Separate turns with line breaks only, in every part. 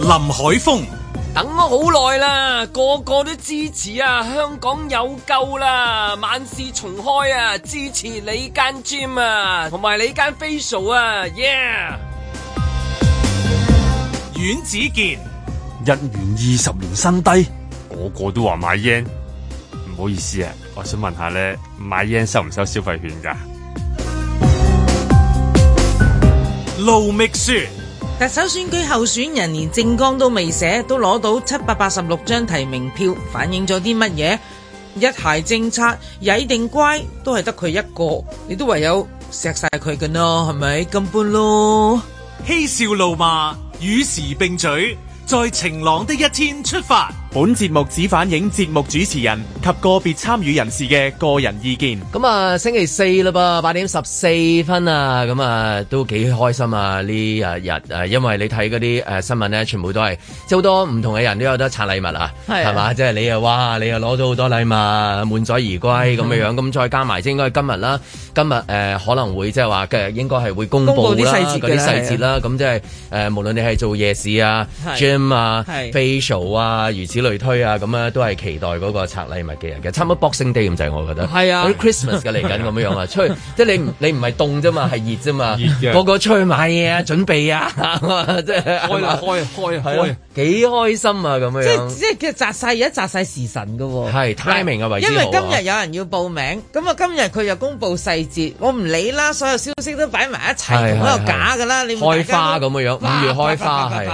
林海峰、
等咗好耐啦，個個都支持啊！香港有救啦，萬事重開啊！支持你間 gym 啊，同埋你間 facial 啊，yeah！
阮子健、
日元二十年新低，
個個都話買 yen，唔好意思啊，我想問下咧，買 yen 收唔收消費券㗎？
盧覓雪、
特首選舉候選人連政綱都未寫，都攞到七百八十六張提名票，反映咗啲乜嘢？一孩政策曳定乖都係得佢一個，你都唯有錫晒佢㗎咯，係咪咁般
啊
咯？
嬉笑怒罵，與時並舉，在晴朗的一天出發。
本節目只反映節目主持人及個別參與人士嘅個人意見。
咁啊，星期四啦噃，八點十四分啊，咁啊都幾開心啊呢啊日啊，因為你睇嗰啲誒新聞咧，全部都係即係好多唔同嘅人都有得拆禮物啊，
係
係嘛？即係你又哇，你又攞到好多禮物，滿載而歸咁樣樣，咁再加埋即係應該今日啦，今日誒、呃可能會即係話嘅應該係會公
公
佈
佈啲
啦
細節
嗰
嘅
啲
啦
細節啦，咁即係誒無論你係做夜市啊、gym 啊、
係
facial 啊，如此類推啊，咁啊都係期待嗰個拆禮物嘅人嘅，差唔多 Boxing Day 咁滯，我覺得
係啊
有啲 Christmas 嘅嚟緊咁 樣樣啊，出去即係你唔你唔係凍啫嘛，係熱啫嘛
熱，嘅
個個出去買嘢啊，準 備啊， 即係開啦開開啊開，幾開心啊咁樣
即係
樣，
即係其實擲晒而家擲晒時辰㗎喎。
係 timing 啊為
因
之
為
好
今
啊
日。有人要報名，咁啊今日佢就公布細節，我唔理啦，所有消息都擺埋一齊，
係
咁
係
又假㗎啦，你
開花咁
樣
樣樣，五月開花係，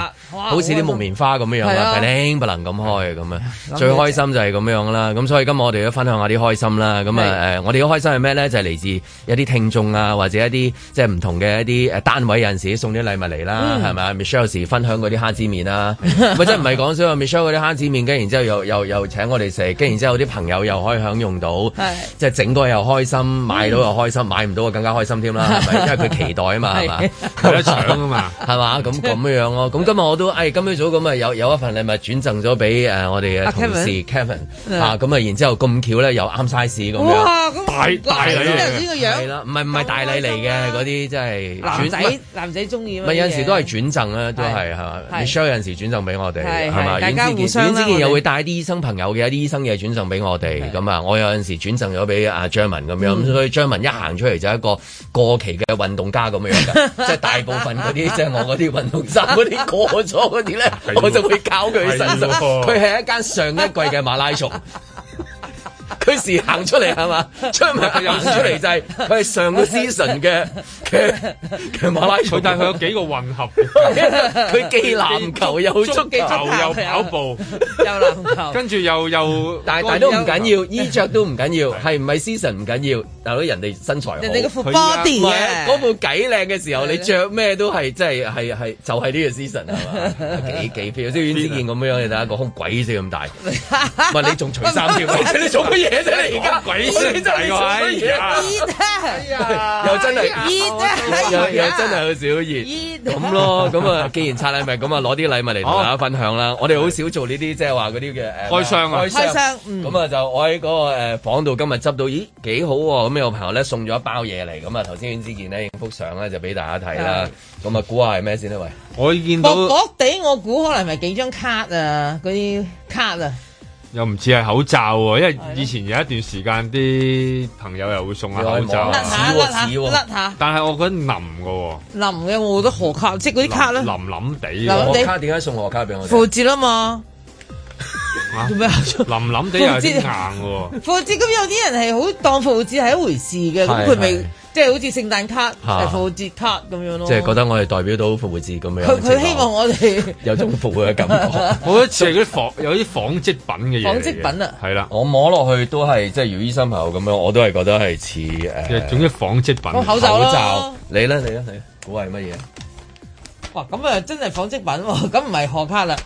好似啲木棉花咁樣樣
係啊
啦，不靈不能咁開 咁樣。
諗
最
起
開心就係咁樣啦，咁所以今日我哋都分享下啲開心啦。咁啊
係
誒，我哋嘅開心係咩咧？就係嚟自一啲聽眾啊，或者一啲即係唔同嘅一啲誒單位有陣時送啲禮物嚟啦，係咪啊？Michelle 有時分享嗰啲蝦子麵 啦，咪真係唔係講笑啊！Michelle 嗰啲蝦子麵，跟然之後又又又請我哋食，跟然之後啲朋友又可以享用到，即係整個又開心，買到又開心，買唔到啊更加開心添啦，係咪？因為佢期待啊 嘛，係嘛
係？
有得搶啊嘛！
係嘛？咁咁樣樣咯。咁今日我都，誒今朝早咁啊，有有一份禮物轉贈咗俾誒我哋嘅
啊
同事
Kevin
Kevin
嗯
啊，咁啊，然之後咁巧咧又啱 size 咁樣，
哇！咁
大大禮嚟嘅
先個
係
樣，
啦，唔係唔係大禮嚟嘅嗰啲，真係
啊男
轉
仔男仔中意
唔
嘛
係有陣時都係
啲嘢
轉贈啦，都係係嘛
係
？Michelle 有陣時轉贈俾我哋
係
係嘛？
係大家
阮之
互
健
相啦
阮之健又
我哋
會帶啲醫生朋友嘅一啲醫生嘢轉贈俾我哋咁啊！我有陣時轉贈咗俾阿張文咁樣，咁所以張文一行出嚟就係一個過期嘅運動家咁樣嘅，即係大部分嗰啲即係我嗰啲運動衫嗰啲過咗嗰啲咧，
係喎
我就會搞佢身上。
係喎
佢係一間上一季嘅馬拉松。佢時行出嚟係嘛？張文行出嚟就係佢係上個 season 嘅嘅嘅馬拉
佢
松。
但係佢有幾個混合，
佢既籃球又足
足
球
球
球，
又跑步，
有籃 球。
跟住又又，
但係但係都唔緊要，衣着都唔緊要，係唔係 season 唔緊要，但係人哋身材好。
人哋個副
佢
body
哦
啊
啊唔係
嘅，
嗰部計靚嘅時候，
係
你
咧
着咩都係，即係係係就係呢個 season 係嘛？ 幾幾票，即係阮之健咁樣，你睇下個胸鬼死咁大，唔係你仲除衫添，你做乜嘢啫？你而家
鬼死咁大個哎呀
熱啊！
又真係
熱啊！
又又哦真係好少熱。
熱
咁咯，咁啊，既然拆禮物，咁啊攞啲禮物嚟同大家分享啦。我哋好少做呢啲，即係話嗰啲嘅誒
開箱啊
開箱嗯
咁啊就我喺嗰個誒房度今日執到，咦幾好喎！咁有朋友咧送咗一包嘢嚟，咁啊頭先袁之健咧影幅相咧就俾大家睇啦。咁啊估下係咩先啦？喂，
我見到
薄薄地，我估可能係幾張卡啊，嗰啲卡啊，
又唔似係口罩喎，因為以前有一段時間啲朋友又會送下口罩
啊
甩，下
紙喎
甩下
紙喎
甩下，
但係我覺得腍嘅喎，
淋嘅我覺得何卡，即係嗰啲卡啦，
腍腍地
咁
喎，
你
賀卡點解送賀卡俾我哋？
負字啦 嘛
啊，
做咩啊？
腍腍地又有啲硬喎。
父節咁有啲人係好當父節係一回事嘅，
係
咁佢咪
係
即係好似聖誕卡、
嚇
係父節卡咁樣咯。
即係覺得我哋代表到復活節咁樣。
佢佢希望我哋
有種復活嘅 感覺。
我覺得似係嗰啲仿有啲仿織品嘅嘢嚟嘅，
紡織品啊
係啦，
我摸落去都係即係如醫生朋友咁樣，我都係覺得係似誒
總之仿織品。
個口罩
口
咯
罩。。你咧，你咧，你估係乜嘢？
哇，咁啊真係紡織品喎， 咁唔係賀卡啦。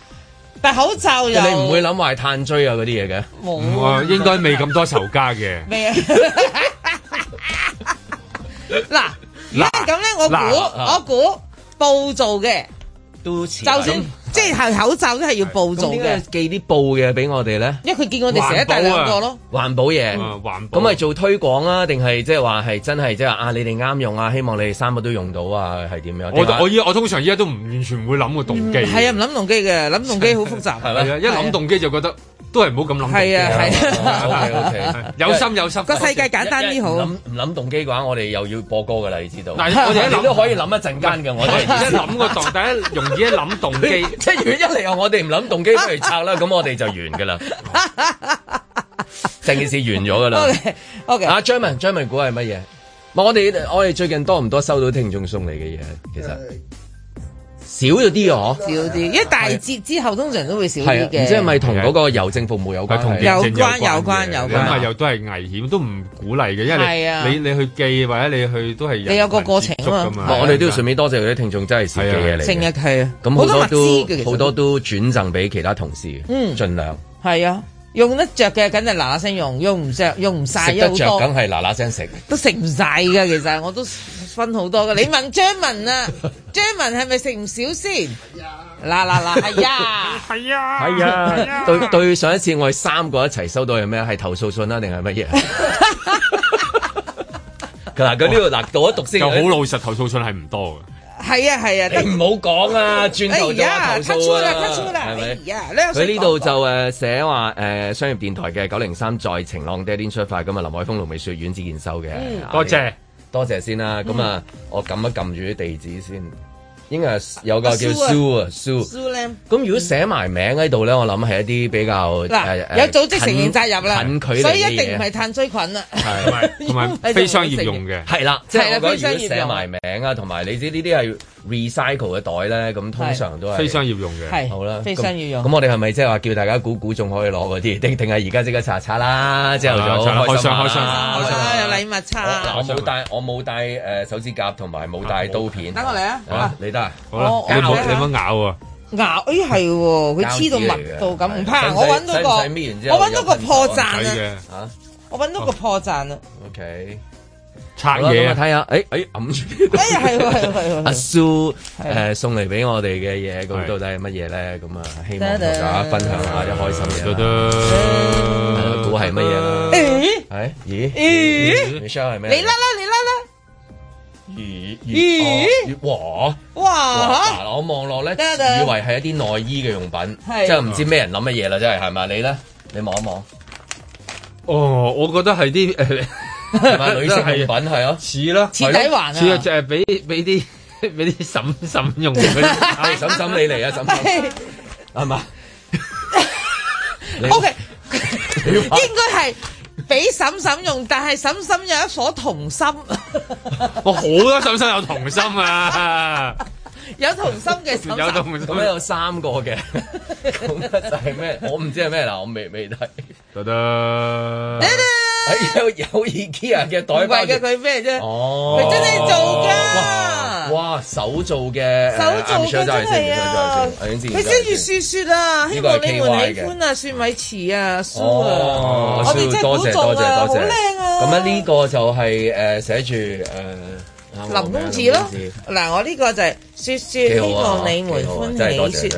但口罩又
你唔會諗話係炭疽啊嗰啲嘢嘅。
冇
我
啊
應該未咁多仇家嘅。
咩啊？ 嗱嗱咁咧，我
嗱
估我估布做嘅，
啊都似
就算即係口罩都係要布做
咁點
嘅，
解寄啲布嘅俾我哋咧？
因為佢見我哋成日戴兩個咯。
環保啊嘢，
嗯環保
咁係做推廣啊，定係即係話係真係即係話啊，你哋啱用啊，希望你哋三個都用到啊，係點樣？
我
定話
我依我通常依家都唔完全唔會諗個動機，
係啊，唔諗動機嘅，諗 動機好複雜。
係
係
咩
啊，一諗動機就覺得都係唔好咁諗動機。
係啊，係啊，
OK OK。
有心有心。
個世界簡單啲好。
諗唔諗動機嘅話，我哋又要播歌㗎啦，你知道。
嗱我哋一諗
你都可以諗一陣間嘅，我
我哋
哋。
一諗個動，大家容易一諗動機。
即係如果一嚟我哋唔諗動機不如拆啦，咁我哋就完㗎啦。成件事完 咗㗎啦。
O K，
啊，張文，張文估係乜嘢？唔係我哋我哋最近多唔多收到聽眾送嚟嘅嘢？其實少咗啲哦。
呃少啲，因為大節之後通常都會少
係啊，
啲
唔
嘅。
知係咪同嗰個郵政服務有關
佢同
係？
有
疫症
關有關
嘅
有關
咁啊又都係危險，都唔鼓勵嘅，因
係啊
為你你你去寄或者你去都係人
你有個過程啊嘛
接觸㗎
我哋都要順便多謝嗰啲聽眾，真係少嘅嘢嚟
成日
嘅。
係啊，
咁
好
好
多物
多
資嘅，其
都
實
好多都轉贈俾其他同事嘅，
嗯
盡量
係啊，用得着嘅梗係嗱嗱聲用，用唔着用唔晒
食
有
得
好
着，梗
多
係嗱嗱聲食。
都食唔晒㗎。其實我都分好多㗎。你 問張文啊，張文係咪食唔少先？嗱嗱嗱，係呀，
係啊，
係啊，對對上一次我哋三個一齊收到係咩？係投訴信啦，定係 乜嘢？嗱，佢呢度嗱讀一讀 先，
就好老實，投訴信係唔多
係啊係啊，得
哎你唔好講啊，轉
哎
頭就
呀
話投
，cut
訴
出
啊
啦，cut 出啦，
係
哎
咪？
呀，你有
佢
水
呢度
講
就誒寫話誒商業電台嘅九零三在晴朗的一天出發咁啊，林海峰、盧美雪、阮子健收嘅，
嗯
嘅，多謝。
多謝先啦。咁啊，我撳一撳住啲地址先，應該係有個叫
嗯阿蘇
Sue 啊 Sue。
蘇靚
咁如果寫埋名喺度咧，我諗係一啲比較
嗱，
誒誒
有組織承認責任
近距
啦，
離
所以一
嘅
定唔
嘢
係炭疽菌啦。
同埋同埋非商業用嘅，
係啦，即係
係啦
我
非
覺
商
得
業
如果寫埋名啊，同埋你知呢啲係 recycle 嘅袋咧，咁通常都係
非商業用嘅，
係
好啦，
非
咁
商要用
咁。我哋係咪即係話叫大家估估仲可以攞嗰啲？定定係而家即刻查查啦？之後就
啊查啦開箱開箱
啊
好
開箱
啦，有
啦。
禮物
我
差
我。冇帶我冇帶誒手指甲同埋冇帶刀片。
等我嚟啊！
啊！你得啊？
好啦
我，
你
我
冇你冇咬啊，
牙，哎係喎，佢黐到密到咁，唔怕。
膠紙
我
嚟嘅
揾到個，
使唔使搣完之後
我揾到個破綻
睇
啊！
嘅，
嚇
我揾到個破綻
哦
啊！
，OK。
拆
好啦咁
嘢
啊
啊，
睇下，誒誒揞 住。
哎呀，係喎，係喎，
阿
係喎。
蘇
係
誒送嚟俾我哋嘅嘢，咁
係
到底係乜嘢咧？咁啊，希望同大家分享下啲開心
得
嘢啦。
得，
估係乜嘢啦？
咦
係咦
咦，
？Michelle 係咩？啊
你啦啦，你啦啦，
魚魚魚哦哇！
哇
嗱，我望落咧，
啊得得
以為係一啲內衣嘅用品，
係
即係唔知咩人諗乜嘢啦，真係係咪？你咧，你望一望，
哦，我覺得係啲 誒
係 咪女性用品係啊？
似啦，
似底環啊
似啊，就係俾俾啲 俾啲嬸嬸用嗰 啲。
係沈沈你嚟啊，沈沈
嚇
係嘛？
！O K，應該係俾嬸嬸用，但係嬸嬸有一顆童心，
哇，好多嬸嬸有童心啊，
有童心嘅嬸
有
嬸。
童心
咁。樣有三個嘅， 咁一就係咩？我唔知係咩嗱，我未未睇。
得得，
哎有有 IKEA
唔
嘅袋包
係嘅，
住，
佢咩啫？
哦，
佢真係做㗎。
哇，手做嘅，
手做嘅真係啊！佢寫住雪雪啊，希望你們喜歡啊，雪米糍啊，酥啊，
哦，
我哋真係
多
估
謝
中啊，
多謝
好
多謝。
靚啊！
咁啊呢個就係
呃
誒寫住誒哦
林公子咯，嗱我呢個就係雪雪，
幾好
希
啊
望你們
幾好啊真係多
歡
謝
喜雪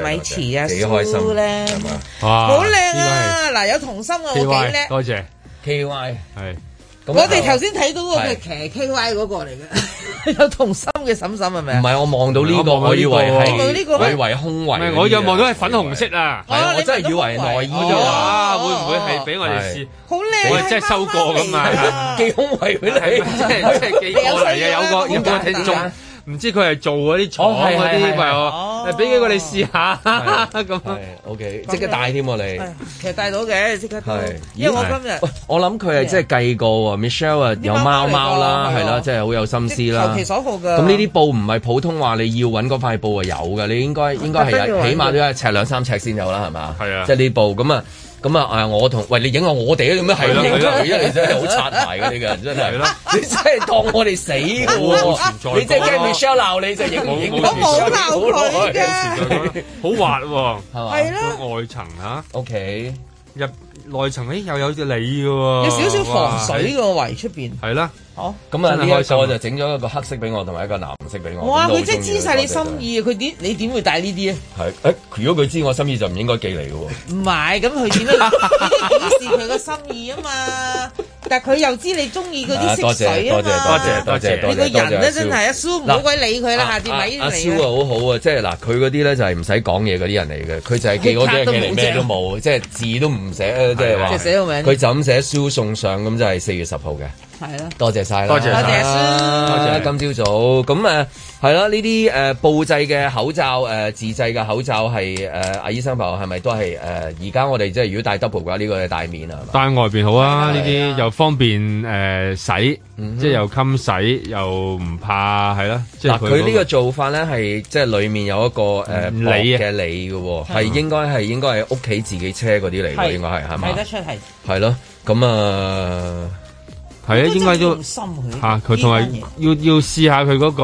米糍啊，
幾開心
酥咧，
係嘛
好靚啊！嗱有童心啊，我
！K
幾
Y，
叻。
多謝，
K Y。
係
咁啊
我哋頭先睇到嗰個係
係
騎 K Y 嗰個嚟嘅， 有童心嘅嬸嬸係咪
唔
啊？
係我望到呢個，
我望到呢個
我以為係
我
望到呢個
我以為胸
唔
圍嗰
係
啲啊。
我又望到係粉紅 色啊，
係啊，
哦
我真
你
係以為
望到胸圍
係內
我
衣
就
啊。
話會唔會係俾我哋試？
好靚，啊
我係真係收過㗎嘛
係媽媽嚟 啊㗎
寄胸圍俾
係
你，
即係即係幾過嚟啊！有個有個聽眾。唔知佢係做嗰啲廠嗰啲，咪我俾幾個你試下 咁。
係 OK，即刻戴添喎你。
係其實帶到嘅，即刻帶到
係
因為我今日
喂，我諗佢係真係計過喎，Michelle 啊有貓貓啦，
啊啲貓貓嚟㗎
係
係
啦，
啊
真係好有心思
求
啦
其。所好㗎。
咁呢啲布唔係普通話你要揾嗰塊布啊有嘅，你應該應該係
特登要
有
揾
起碼都一尺兩三尺先有啦，係嘛？
係啊
即係呢布咁啊咁啊誒，我同喂你影下我哋啊，咁樣係
係啦
影
係啦
佢啊，你真係好擦埋嘅你個人真係
係啦，
你真係當我哋死嘅
冇
喎
存在，過
你真係驚 Michelle 鬧你就影唔影
冇
我
冇
冇鬧佢
嘅
㗎，
好滑喎，
係嘛
係咯。
外層啊，
？OK，
入內層誒又有隻你嘅喎，
有少少防水個圍出邊。
係啦，
哦，
咁啊，
真係
呢
開
一
心
個
啊
就整咗一個黑色俾我，同埋一個藍色俾我。
哇！
哦咁都好
佢真係
鍾
知
意啊
晒你
嗰個
心意，佢點你點會帶呢啲啊？
係。誒，如果佢知我心意，就唔應該寄嚟嘅喎。
唔係，咁 佢點樣你都要表示佢個心意啊嘛？但係佢又知你中意嗰
啊
啲
多
色水
謝
啊
多謝
嘛？
多謝多謝多謝。
你個
多謝
人咧
阿
真
蕭
係阿蘇唔好鬼理佢啦，下次咪
阿蕭
嚟
啊，
啦。
好好啊，即係嗱，佢嗰啲咧就係唔使講嘢嗰啲人嚟嘅，佢就係寄嗰幾樣嘢嚟咩都冇，即係字都唔 寫，啊即係話
即係寫個名
佢就咁寫書送上，咁就係四月十號嘅。
係啦，
多謝晒啦，
多謝晒
多謝阿
多謝
今朝早咁誒係啦，呢啲誒布製嘅口罩誒、呃自製嘅口罩係誒阿醫生朋友係咪都係誒呃而家我哋即係如果戴 double 嘅話，呢、個係戴面啊係嘛？
戴外邊好啊，呢啲又方便誒洗，即係又襟洗又唔怕係啦，即係
嗱，佢呢
嗰
個做法咧係即係裡面有一個誒
嗯
薄
理啊
嘅理嘅喎，係應該係應該係屋企自己車嗰啲嚟
係
喎，應該係係嘛
睇？得出係。
係咯，咁啊
係啊，應該都
用。心佢
吓佢同埋
呢單嘢
要要試下佢嗰個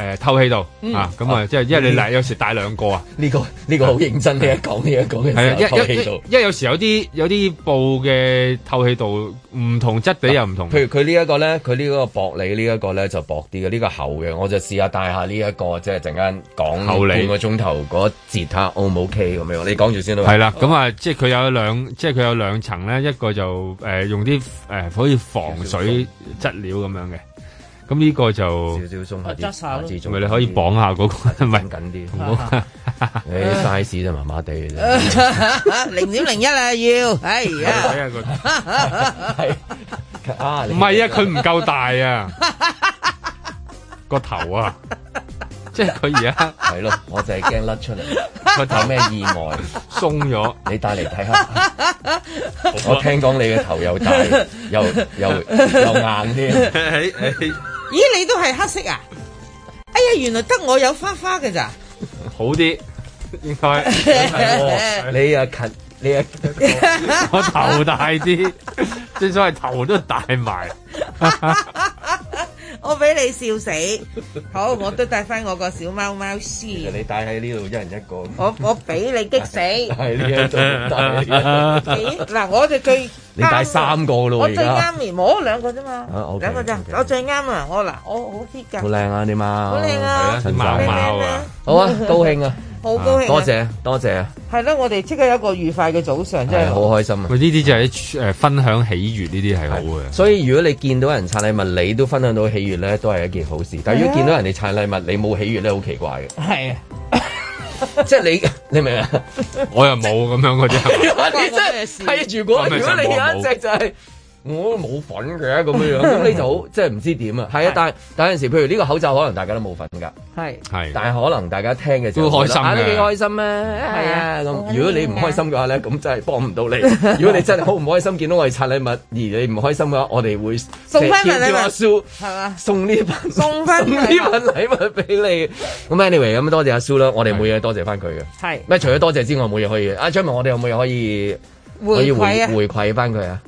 誒透氣度啊，咁啊，即係因為你嗱有時帶兩個啊，
呢個呢個好認真嘅講呢一講
係啊，
嘅時候，
一
透氣
一
度。
因為有時有啲有啲布嘅透氣度唔同質地又唔同，
譬如佢呢一個咧，佢呢個薄你呢一個咧就薄啲嘅，呢個厚嘅，我就試下戴下呢一個，即係陣間講
厚你
半個鐘頭嗰節睇下 O 唔 OK 咁樣。你講住先啦。
係啦，咁啊，即係佢有兩，即係佢有兩層咧，一個就誒用啲誒好似防水質料咁樣嘅，咁呢個就
少少鬆下
啊
啲，
，adjust 下咯
下次仲
咪你可以綁下 嗰個，唔係
緊緊
唔
啲。
好
你 size 就麻麻地嘅啫，
零點零一啊要，哎
睇
呀，
下個，
係啊，
唔
唔
係啊，佢唔夠大啊，個頭啊，即係佢而 家
係咯，我就係驚甩出嚟，
個
有
頭
咩意外？
鬆咗。
你帶嚟睇下。我聽講你嘅頭又大，又又又硬添。
咦你都係黑色啊？哎呀，原來得我有花花嘅咋？
好啲，應該
你啊近，你啊
我頭大 啲，正所謂頭都大埋。
我俾你笑死，好，我都帶翻我個小貓貓先，
你帶喺呢度一人一個。
我我俾你激死，咦
係呢一度，
嗱我就最
你帶三個咯
我
喎而
最
家，
啱面，我兩個啫嘛
啊，OK，，Ờ,
兩個咋
OK，
我最啱啊！我嗱，我好 fit
好
㗎，
靚啊你嘛，
好靚啊
襯
貓
衫
貓啊
好啊，高興啊，
好高興啊，
多謝多謝啊，
係啦，我哋即刻有一個愉快嘅早上，真
係
係
好開心啊
喂，！呢啲就係誒分享喜悅，呢啲係好 嘅。
所以如果你見到人拆禮物，你都分享到喜悅咧，都係一件好事。但係如果見到人哋拆禮物，你冇喜悅咧，好奇怪嘅。
係啊，
即係你，你明唔 明啊？
我又冇咁樣嗰啲，
你真係係如果如果你有一隻就係、我都冇份嘅咁 樣樣，咁你就好即係唔知點啊！係啊，但係但係有陣時，譬如呢個口罩，可能大家都冇份㗎，
係
係
但係可能大家聽嘅時候
都開心嘅
啊，你幾開心啊！係啊，咁如果你唔開心嘅話咧，咁真係幫唔到
啊
你。如果你真係好唔開心，見到我哋拆禮物而你唔開心嘅話，我哋會
送返份禮物
叫阿蘇
係嘛？
送呢份
送返
送呢份禮物俾你。咁 anyway，咁多謝阿蘇啦，我哋每嘢多謝翻佢嘅。
係
咩？除咗多謝之外，冇嘢可以。阿張文，我哋有冇嘢可以可
回
以
饋
回
啊！
回饋翻佢啊？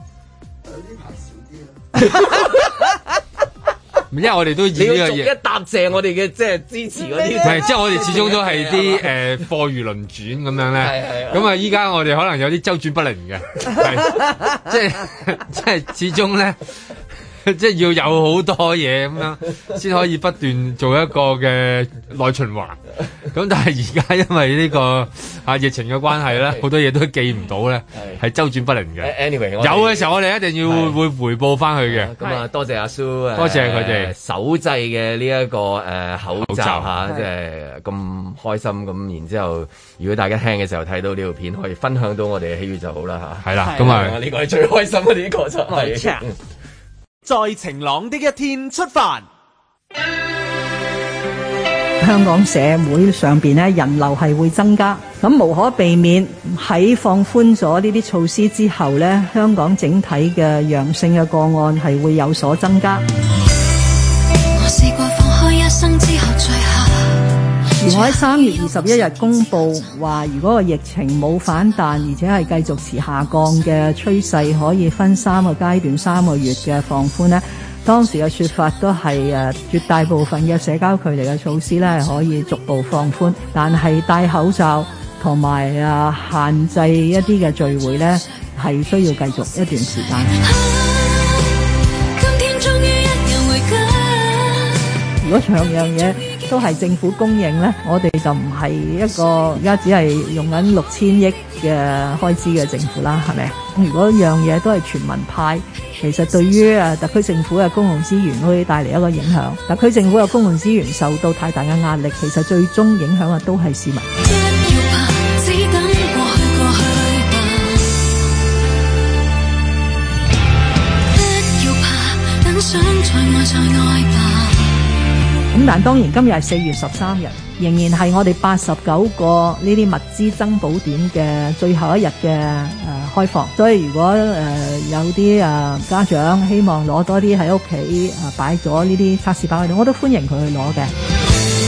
因為我哋都以
你
呢
要
樣
逐
嘢
一，答謝我哋嘅即係支持嗰
你
啲
唔。係即係我哋始終都係啲誒貨如輪轉咁樣
係
咧。
係啊
咁啊，依家我哋可能有啲周轉不靈嘅，係即係即係始終咧。 即係要有好多嘢咁樣，先可以不斷做一個嘅內循環。咁但係而家因為呢、個啊疫情嘅關係咧，好多嘢都記唔到咧，
係
係周轉不靈嘅。
Anyway，
有啊
我哋
嘅時候，我哋一定要
係
會回報翻佢嘅。
咁啊，多謝阿蘇，呃
多謝佢哋
手製嘅呢一個誒口
口
罩
罩
嚇，即係咁開心咁。然之後，如果大家聽嘅時候睇到呢條片，可以分享到我哋嘅喜悅就好啦嚇。
係啦，咁啊
係啊，。呢個係最開心嘅呢個就
冇
係
錯。
在晴朗的一天出發。
香港社會上邊咧人流係會增加，咁無可避免喺放寬咗呢啲措施之後咧，香港整體嘅陽性嘅個案係會有所增加。
我試過放開一生之後，最後
而我喺三月二十一日公布話，如果個疫情冇反彈，而且係繼續持下降嘅趨勢，可以分三個階段、三個月嘅放寬呢當時嘅說法都係誒絕大部分嘅社交距離嘅措施咧，係可以逐步放寬，但係戴口罩同埋啊限制一啲嘅聚會咧，係需要繼續一段時間。
啊今天終於一人回家。
如果樣樣嘢都係政府供應咧，我哋就唔係一個而家只係用緊六千億嘅開支嘅政府啦，係咪？如果樣嘢都係全民派，其實對於誒特區政府嘅公共資源會帶嚟一個影響。特區政府嘅公共資源受到太大嘅壓力，其實最終影響嘅都係市民。
一要吧，只等過去過去吧。不要怕，等想再愛再愛吧。
咁但當然今日係四月十三日，仍然係我哋八十九個呢啲物資增補點嘅最後一日嘅誒開放，所以如果誒、呃有啲誒、呃家長希望攞多啲喺屋企誒擺咗呢啲測試包喺度，我都歡迎佢去攞嘅。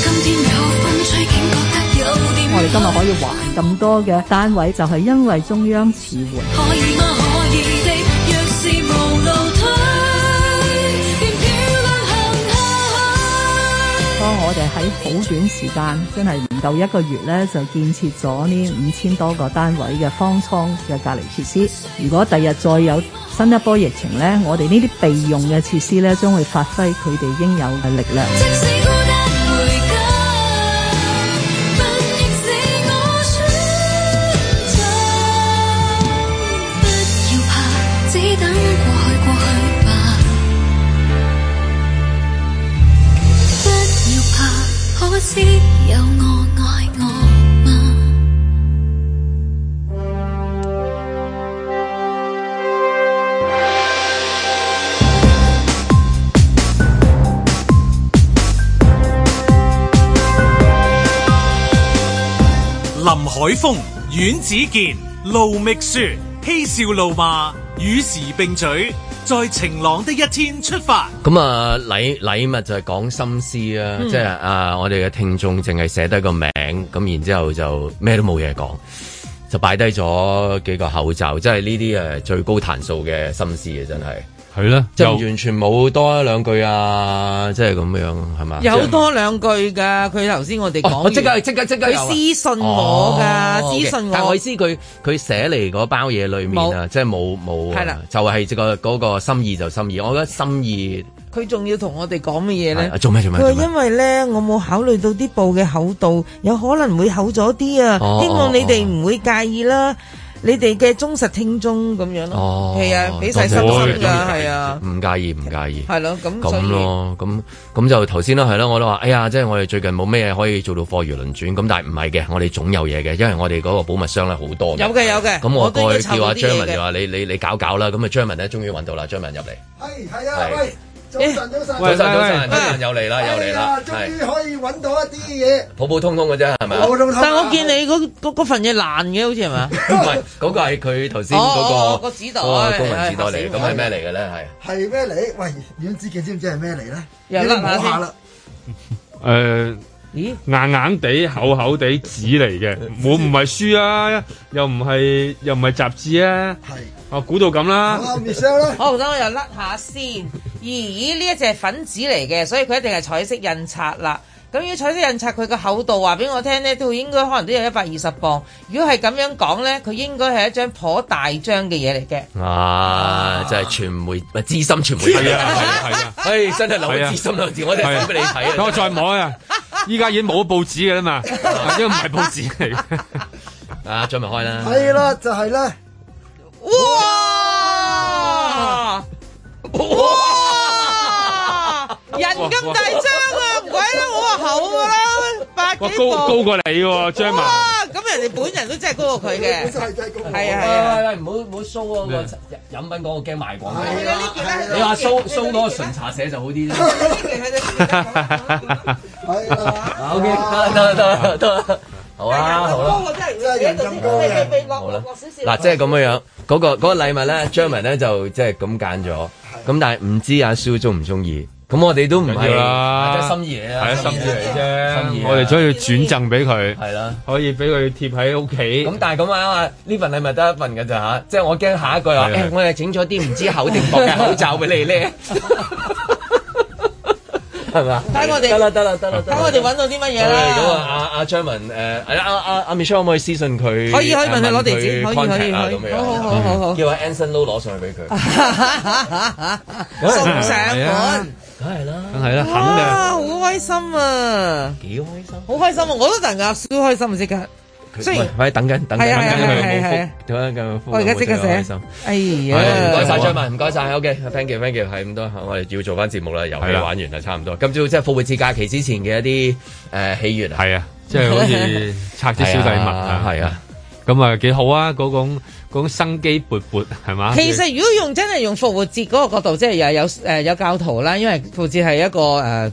今天有風吹，竟覺得有點
我哋今日可以還咁多嘅單位，就係因為中央遲緩。
可以嗎？可以的，若是無路退，便漂亮行下去。
當我哋喺好短時間，真係唔夠一個月咧，就建設咗呢五千多個單位嘅方艙嘅隔離設施。如果第日再有新一波疫情咧，我哋呢啲備用嘅設施咧，將會發揮佢哋應有嘅力量。
即使孤單回家，不應是我選擇。不要怕，只等過去過去吧。不要怕，可知有我愛我嗎？
林海峰、阮子健、盧覓雪，嬉笑怒罵，與時並舉，在晴朗的一天出發。
咁啊禮禮物就係講心思啦，
嗯
即係啊我哋嘅聽眾淨係寫低個名，咁然之後就咩都冇嘢講，就擺低咗幾個口罩，即係呢啲誒呃最高彈數嘅心思啊，真係，
係啦，
即
又
係完全冇多一兩句啊，即係咁樣係嘛？
有多兩句㗎，佢頭先我哋
哦
講
我
完，
即刻即刻即刻
佢
有啊
私信我㗎，
哦
私
Ờ, OK
信
但我
我
意。思佢佢寫嚟嗰包嘢裏面啊，即係冇冇啊，
係啦
就係即個嗰個心意就心意。我覺得心意
佢仲要同我哋講乜嘢
係
咧
啊？做咩做咩
佢話
做咩
因？為咧，我冇考慮到啲布嘅厚度，有可能會厚咗啲啊，
哦
希望你哋唔會介意啦。你哋嘅忠實聽眾咁樣
哦
咯，係啊，俾晒心
多
心
謝
㗎，係啊，
唔介意唔介意。
係咯，咁所
咁
以
咯，咁咁就頭先啦，係啦，我都話，哎呀，即係我哋最近冇咩嘢可以做到貨如輪轉，咁但係唔係嘅，我哋總有嘢嘅，因為我哋嗰個保密箱咧好多嘅。
有嘅有嘅。
咁我
都應
過
該
去叫
湊啲
阿張
嘢
文就
嘅。
話你你你搞搞啦，咁啊張文咧終於揾到啦，張文入嚟，
係係啊，
係
喂，早晨早晨，
早晨早
喂
晨，張文又嚟啦又
哎
嚟
呀
啦，
終於
係
可以揾到一啲嘢，
普普通通嘅啫，係咪啊？
我仲
但我見你嗰嗰嗰份嘢爛嘅，好似係嘛？
唔係，嗰個係佢頭先
哦
嗰
哦
個
個紙袋
嗰個公民紙袋
係
嚟，
哎係
咁係咩嚟嘅咧？
係咩嚟？喂，阮子健知唔知係咩嚟咧？
又
你都
甩下
摸
先
下啦，
誒
咦？
呃硬硬地、厚厚地紙嚟嘅，冇唔呃係書啊，又唔係又唔係雜誌啊，
係
我估到咁啦。
啊 Michelle 啦，
好，等我又甩下先。咦，呢一隻係粉紙嚟嘅，所以佢一定係彩色印刷啦。咁如果彩色印刷佢個厚度話俾我聽呢，都應該可能都有一百二十磅。如果係咁樣講呢，佢應該係一張頗大張嘅嘢嚟嘅。
係啊，就係傳媒，唔係資深傳媒
係
批
啊
啊！
係啊係啊，
唉，真係留個
係啊
資深兩字，我哋寫俾你睇
等我
啊！
再摸啊！依家已經冇報紙嘅啦 嘛，因為唔係報紙嚟嘅。
啊，張文開啦，
係啦，就係啦，
哇！哇！人咁大張啊，唔鬼啦，我話厚㗎啦，百
哇，
幾
高高
磅。
過你喎，張文。
哇！咁人哋本人都真係高過佢嘅
本。身係真係咁，
係啊係啊。
喂喂，唔好唔好 show 嗰個飲品講，我驚賣廣告。
係啦，
你話 show show 嗰個純茶社就好啲 啫。
啊
係啦
OK，得得得得，好啊好啦。
真係人咁高嘅，
好啦，嗱，即係咁樣樣，嗰、個嗰、個禮物咧，張文咧就即係咁揀咗，咁但係唔知阿蕭中唔中意，咁我哋都唔
緊
係
要啦
即係心意
係
嚟啦，
啊，心意嚟啫，
心意啊
我哋將佢轉贈俾佢，
係啦。
可以俾佢貼喺屋企。
咁但係咁啊，呢份禮物得一份㗎咋嚇，即係我驚下一句話，
係啊
誒我哋整咗啲唔知厚定薄嘅口罩俾你咧。係嘛？
睇我哋
得啦得啦得啦，
睇我哋揾到啲乜嘢
好咁啊，
啦。
阿阿張文誒，阿阿阿阿 Michelle 可唔可以私信佢？
可以可以問佢攞地址
誒
可以可以
contact 啊
可以
咁樣
好好好好好
叫阿 Anson Lo 攞上 去俾佢。
送
哎
上門，
梗係啦，
梗係啦，
哇，
肯
好開心啊！
幾開心。
好開心啊！我都能夠超開心啊！即刻，雖然
喂，等緊等緊，
係啊
等
係啊
緊佢
係啊係啊
冇覆，等緊佢冇覆。
我而家即刻
有冇
寫
開心。
哎
係唔該晒
啊
張
呀，
文，唔該晒 o k t h a n k you，thank you，係咁多，我哋要做翻節目啦，遊戲玩完啦，差唔多。今朝即係復活節假期之前嘅一啲誒喜悦啊，
係啊，即係好 似拆啲小禮物啊，
係啊，
咁啊幾好啊，嗰種嗰種生機勃勃係嘛？
其實如果用真係用復活節嗰個角度，即係又有誒有教徒啦，因為復活節係一個誒。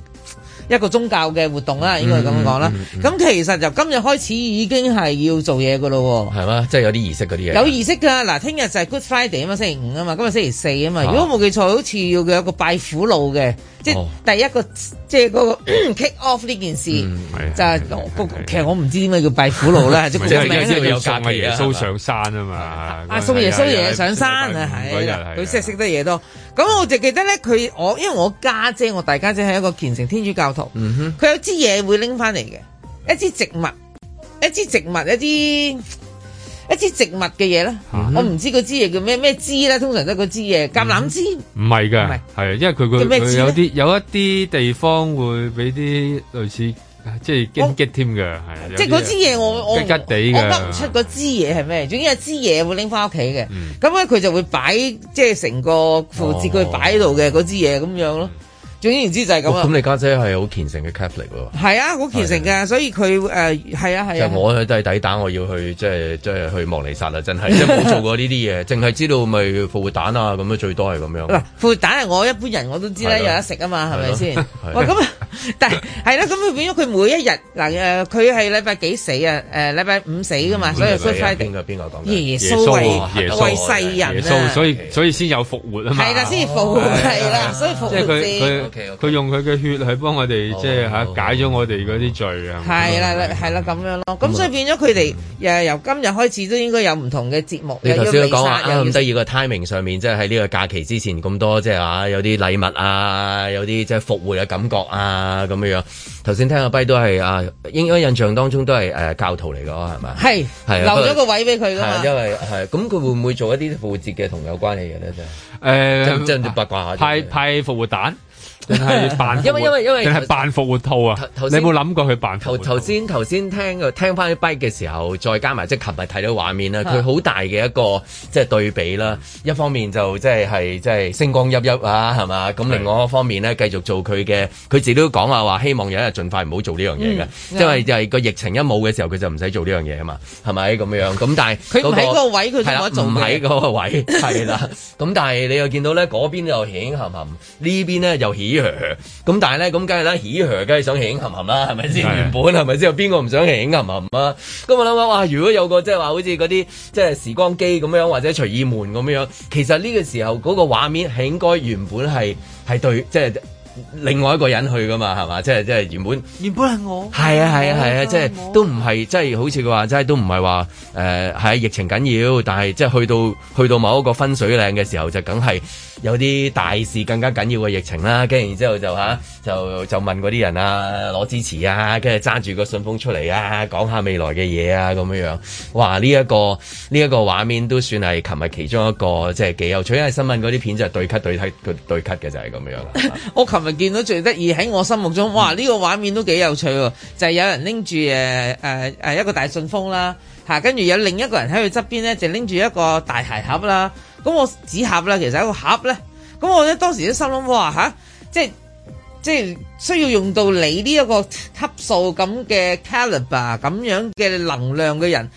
一個宗教嘅活動啦，應該係咁講啦。
嗯
咁、其實由今日開始已經係要做嘢噶咯
係嘛，即係有啲儀式嗰啲嘢，
喎，有儀式㗎。嗱，聽日就係 Good Friday 啊嘛，星期五啊嘛，今日星期四啊嘛。
啊
如果冇記錯，好似要有一個拜苦路嘅，即係
哦
第一個即係嗰、個 kick off 呢件事，
嗯
就係不過其實我唔知點解叫拜苦路 啦，即
即
係
係
個名
因為
啊係
要送阿耶穌上山啊嘛，
阿宋耶穌爺上山啊，
嗰
係
日
啦，
係
佢真係識得嘢多。咁我就記得咧，佢我因為我家姐，我大家姐係一個虔誠天主教徒，佢有支嘢會拎翻嚟嘅，一支植物，一支植物，一啲。一支植物嘅嘢啦，我唔知嗰支嘢叫咩咩枝啦，通常都係嗰支嘢橄欖枝，
唔係嘅
唔係，
係啊因為佢
叫
佢
咩字
佢
咧
有啲有一啲地方會俾啲類似即係荊棘添嘅，係啊有
哦即係
啲
嗰支嘢我我
吉吉地嘅
我噏唔出嗰支嘢係咩，總之有支嘢會拎翻屋企嘅，咁咧佢就會擺即係成個副節佢擺喺度嘅嗰支嘢咁樣咯，總言之就係咁
哇
啊
咁。你家姐係好虔誠嘅 Catholic 喎。
係啊，好虔誠㗎，所以佢誒係啊係
就
啊。
我都係抵打，我要去即係即係去莫尼撒啊啦，真係即係冇做過呢啲嘢，淨係知道咪復活蛋啊咁樣，最多係咁樣
嗱。，副蛋係我一般人我都知啦，
係
有
咯
得食啊嘛，係咪先
係？咯
哇，咁啊，但係係啦，咁佢變咗佢每一日嗱誒，佢係禮拜幾死啊？誒禮拜五死噶嘛，所以 Good
邊
Friday
個邊個啊講緊？
耶
耶
穌為
耶穌
為世
耶
人
穌，
啊，
所以所以先有復活啊嘛。
係啦，先至復活係
啊
啦，所以復
即係
活節
佢
OK，OK
佢佢用佢嘅血去幫我哋
哦
即係嚇解咗我哋嗰啲罪啊。
係
嗯
啦係啦咁樣咯，咁所以變咗佢哋誒由今日開始都應該有唔同嘅節目，
你
又
頭
要
先都
彌
講話
撒，
啊
又要
咁得意個 timing 上面，即係喺呢個假期之前咁多，即係啊有啲禮物啊，有啲即係復活嘅感覺啊咁樣樣。頭先聽阿跛都係啊，應該印象當中都係誒教徒嚟㗎係咪？
係
係
留
啊
咗個位俾佢噶嘛
係。啊因為係咁，佢會唔會做一啲復活節嘅同有關嘅嘢咧？真係
誒
真真八卦下
派
啫。
派復活蛋，定 係扮
因為因為因為
定係扮復活套啊
頭？
你
頭
有
先
冇諗過佢扮復
頭
活套
頭先頭先聽個聽翻啲 bike 嘅時候，再加埋即係琴日睇到畫面啦，
啊嗯
佢好大嘅一個即係對比啦。一方面就即係係即係星光熠熠啊，係嘛？咁另外一方面咧，繼續做佢嘅，佢自己都講話話希望有一日盡快唔好做呢樣嘢嘅，
嗯
因為就係個疫情一冇嘅時候，佢就唔使做呢樣嘢啊嘛，係咪咁樣？咁但係
佢唔喺
嗰
嗰個位佢都
係啦
冇得做
唔
嘅
喺嗰 個位係啦。咁但係你又見到咧，嗰邊又顯含含，呢邊咧又起呵呵。咁但係咧，咁梗係啦，起呵梗係想顯含含啦，係咪先？
係
原本係咪先？有邊個唔想顯含含啊？咁我諗下，哇！如果有個即係話好似嗰啲即係時光機咁樣，或者隨意門咁樣，其實呢個時候嗰個畫面係應該原本係係對即係。另外一個人去噶嘛，係嘛？即係即係原本
原本係我，
係啊係啊係啊，即係都唔係即係好似佢話，即係都唔係話誒係疫情緊要，但係即係去到去到某一個分水嶺嘅時候，就梗係有啲大事更加緊要嘅疫情啦。跟住然之後就嚇、就就問嗰啲人啊攞支持啊，跟住揸住個信封出嚟啊，講下未來嘅嘢啊咁樣樣。哇！呢、一個呢一、個畫面都算係琴日其中一個即係幾有趣，因為新聞嗰啲片就係對咳對咳對咳嘅就係咁樣啦。
我琴日見到最得意喺我心目中，
嗯
哇！呢、個畫面都幾有趣喎，就係、有人拎住誒誒誒一個大信封啦，嚇、跟住有另一個人喺佢側邊咧，就拎住一個大鞋盒啦。咁我紙盒啦，其實一個盒咧，咁我咧當時都心諗，哇嚇、即係即係需要用到你呢一個級數咁嘅 caliber 咁樣嘅能量嘅人，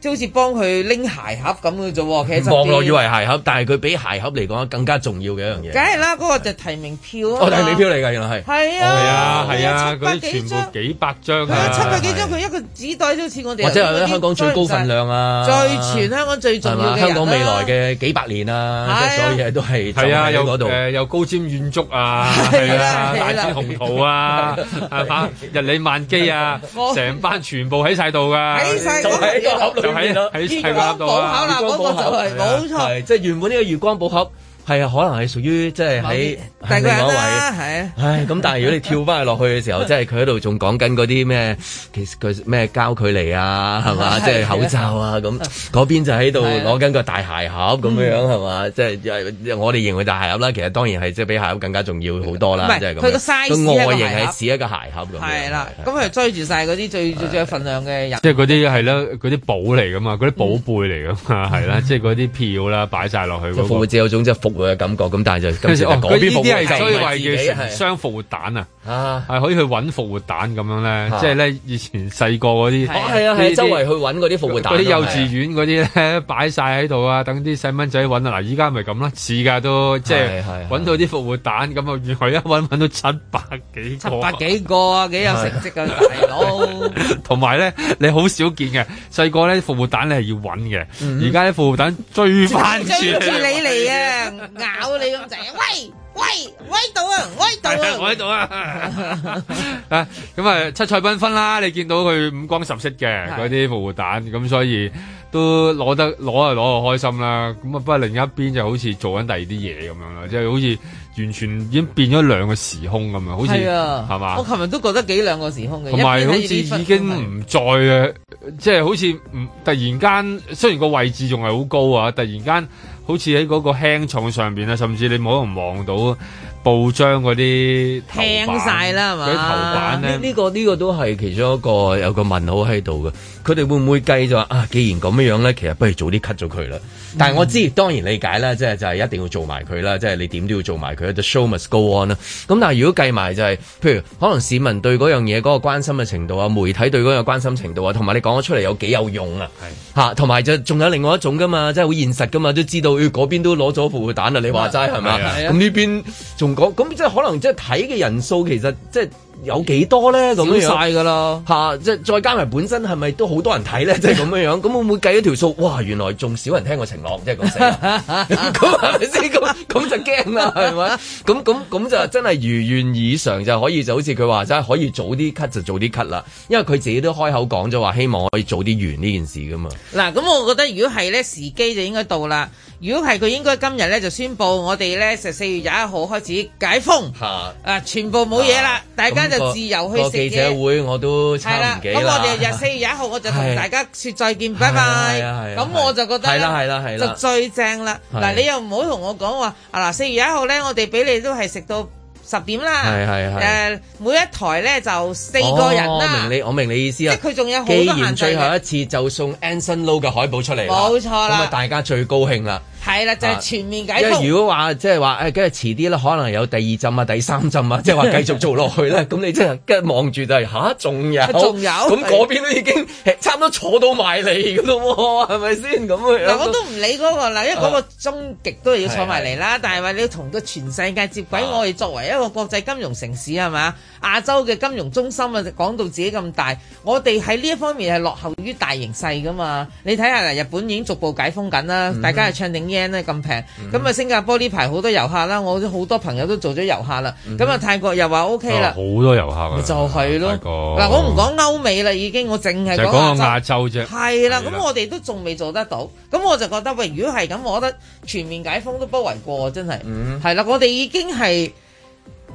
即係好似幫佢拎鞋盒咁嘅啫喎。其實側邊
望落以為鞋盒，但係佢比鞋盒嚟講更加重要嘅一樣嘢。
梗係啦，嗰、個就提名票啊嘛，
我睇美票嚟㗎，原哦來係。
係
係
啊，
哦
啊係啊，
佢
嗰啲
有七百
全
幾張
部幾百張
係啊，七百
啊！
幾張佢一個紙袋都好似我哋
或者係香港最高份量啊，
啊最全香港最重
係
要嘅
嘛？
人啊
香港未來
啦。
嘅幾百年啊，即係
係啊
所有嘢都係
係啊，
就喺
又
嗰度。
誒又高瞻遠矚 啊，
係
係
啦
啊，大
係啦
展宏圖啊，係嘛？日理萬機啊
我，
成班全部喺晒度㗎，
喺晒
就哦喺個盒裏
就
面
喺
咯。
喺
月
晒個
光
盒
寶
度
盒
啊！
啦，嗰個就係冇錯。
係即係原本呢個月光寶盒。係啊，可能係屬於即係喺
啊
第二
喺
個
另外
人啦，
一位。
係啊。
唉，咁但係如果你跳翻去落去嘅時候，即係佢喺度仲講緊嗰啲咩，其實佢咩交距 離啊，係嘛，
係啊
即係口罩啊咁， 嗰邊就喺度攞緊個大鞋盒咁樣
嗯
樣係嘛，即係我哋認為大鞋盒啦，其實當然係即係比鞋盒更加重要好多
唔
啦，
係
即係咁樣。
佢個 size
個
一個
外形
鞋盒
係似一個鞋盒咁樣。啊
係啦，咁佢追住晒嗰啲最最最有份量嘅人，
即係嗰啲係啦，嗰啲寶嚟噶嘛，嗰啲寶貝嚟噶 嘛，係啦，即係嗰啲票啦，擺晒落去
就
嗰
復活
個。
節有種即係復活嘅感覺，咁但係就今
跟
次
住
就
哦，
嗰
佢呢
邊復活
啲係
就
所
唔
以
係自己
謂嘅
係
雙復活蛋啊，
啊。
係可以去揾復活蛋咁樣咧，即係咧以前細個嗰啲，
哦，係啊，係周圍去揾嗰啲復活蛋啊。
嗰啲幼稚
係啊
園嗰啲咧 擺晒喺度啊，等啲細蚊仔揾啊！嗱，依家咪咁啦，似㗎都即係
係係
揾到啲復活蛋咁啊，原來一揾揾到七百幾個，
七百幾個啊，幾有成績啊，大佬！
同埋咧你好少見嘅。細個咧復活蛋你係要揾嘅，而家咧復活蛋追翻住你。
追住你嚟 啊，咬你咁滯，喂喂，我喺度啊，我喺度
係
啊
啊，我喺度啊！啊， 咁啊七彩繽紛啦，你見到佢五光十色嘅嗰啲復活蛋，咁所以都攞得攞就攞就開心啦。咁啊，不過另一邊就好似做緊第二啲嘢咁樣啦，即係好似完全已經變咗兩個時空咁樣，好似
係啊，
係嘛
我？琴日都覺得幾兩個時空嘅，
同埋
一邊
好
睇
似
住啲
已
分
經唔再嘅，即係好似唔突然間，雖然個位置仲係好高啊，突然間好似喺嗰個輕重上邊啊，甚至你冇可能望到報章嗰啲頭版
輕晒啦係嘛
嗰啲頭版
呢
咧。
呢個呢個都係其中一個有個問號喺度嘅，佢哋會唔會計就話啊？既然咁樣樣咧，其實不如早啲 cut 咗佢啦。但係我知當然理解啦，即係就係一定要做埋佢啦，即係你點都要做埋佢，the show must go on 啦。咁但係如果計埋就係、譬如可能市民對嗰樣嘢嗰個關心嘅程度啊，媒體對嗰樣關心程度啊，同埋你講咗出嚟有幾有用啊，嚇，同埋就仲有另外一種噶嘛，即係好現實噶嘛，都知道誒嗰邊都攞咗副蛋啦，你話齋係咪？
係啊
咁呢邊仲講，咁即係可能即係睇嘅人數其實即係。有幾多咧？咁樣
少晒
㗎啦，嚇！即係再加埋本身係咪都好多人睇咧？即係咁樣樣，咁會唔會計咗條數？哇！原來仲少人聽過晴朗，即係咁死啦咁係咪先？咁咁就驚啦，係咪？咁咁咁就真係如願以償，就可以就好似佢話齋，可以早啲 cut 就早啲 cut 啦。因為佢自己都開口講咗話，希望可以早啲完呢件事噶嘛。
嗱，咁我覺得如果係咧時機就應該到啦。如果係佢應該今日咧就宣布我哋咧就四月廿一號開始解 封，
嚇！
啊全部冇嘢啦，大家
咁個
就自由去
個
食
記者
嘢。
會我都
係
差
啦
唔，幾
咁我哋日四月廿一號我就同
係
大家説再見，拜拜
係啊係啊。
咁
係啊
我就覺得呢
係啦係啦係啦
就最正啦。
係
嗱，你又唔好同我講話啊嗱，四月廿一號咧，我哋俾你都係食到十點啦。
係係係
誒，每一台咧就四個人
哦
啦
我。明你，我明你意思
即
啊
係。佢仲有好多
既
限制
然最後
嘅
一次就送 Anson Lo 嘅海報出嚟啦，
冇錯啦
咁啊大家最高興啦。
係啦，就係
啊
全面哎解
因
封
為。如果話即係話誒，跟住遲啲咧，可能有第二陣啊、第三陣 啊，即係話繼續做落去咧，咁你即係跟住望住就係吓，仲有
仲有
咁嗰邊都已經 差唔多坐到埋嚟嘅咯喎，係咪先咁樣？
嗱，我都唔理嗰個啦，因為嗰個終極都係要坐埋嚟啦。但係話你要同個全世界接軌，
啊
我哋作為一個國際金融城市係嘛，亞洲嘅金融中心啊，講到自己咁大，我哋喺呢一方面係落後於大形勢噶嘛。你睇下嗱，日本已經逐步解封緊啦，大家係唱定 yen 咧咁平，咁啊新加坡呢排好多遊客啦，我好多朋友都做咗遊客啦，咁啊泰國又話 OK
啊
啦
好，多遊客啊！
就係咯。
泰國
嗱，我唔講歐美啦，已經我淨係
就係
講
講個
亞洲
亞。洲啫。
係啦，
係啦
咁我哋都仲未做得到，咁我就覺得喂，如果係咁，我覺得全面解封都不為過，真係。
嗯
係啦、我哋已經係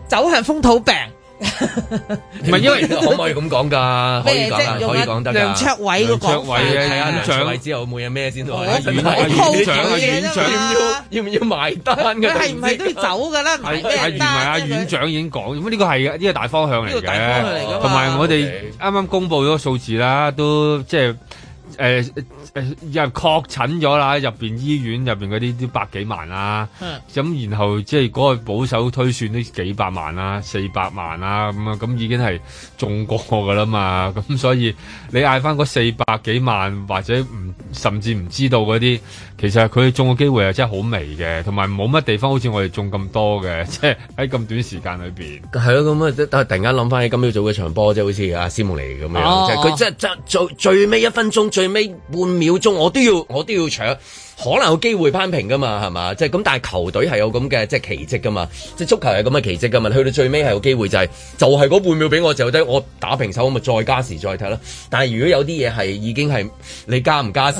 走向風土病。
唔係因 為
可唔可以咁講㗎？可以
咩
講
啫？
㗎，
用啊
可以
阿
講得㗎。
梁卓偉個講法
梁卓偉嘅
睇下梁
院長
卓偉之後會有咩先到。
我
係
院
我
院
套
院長啊
佢
院
嘢
長
啫嘛，
要唔要埋單㗎？
佢係唔係都要走㗎啦？唔
阿
係
阿
咩
袁埋
啊
阿
單啫
院
佢
長已經講，咁呢個係嘅呢個大方向嚟
呢個大方向嚟㗎
嘅
嘛，
同埋我哋
OK
啱啱公布咗數字啦，都即係誒誒又確診咗啦，入邊醫院入邊嗰啲都百幾萬啦，
嗯
咁然後即係嗰個保守推算都幾百萬啦，四百萬啦，咁啊咁已經係中過㗎啦嘛，咁所以你嗌翻嗰四百幾萬或者唔甚至唔知道嗰啲，其實佢中嘅機會係真係好微嘅，同埋冇乜地方好似我哋中咁多嘅，即係喺咁短時間裏邊。
係咯，咁啊，但係突然間諗翻起今朝早嘅場波，即係好似阿斯蒙尼咁
哦
樣，即係佢即係即係最最尾一分鐘、最尾半秒鐘，我都要我都要搶，可能有機會扳平噶嘛，係嘛？即係咁，但係球隊係有咁嘅即係奇蹟噶嘛，即係足球係咁嘅奇蹟噶嘛，去到最尾係有機會就係、就係、嗰半秒俾我就得，我打 平手咁咪再加時再睇啦。但係如果有啲嘢係已經係你加唔加時？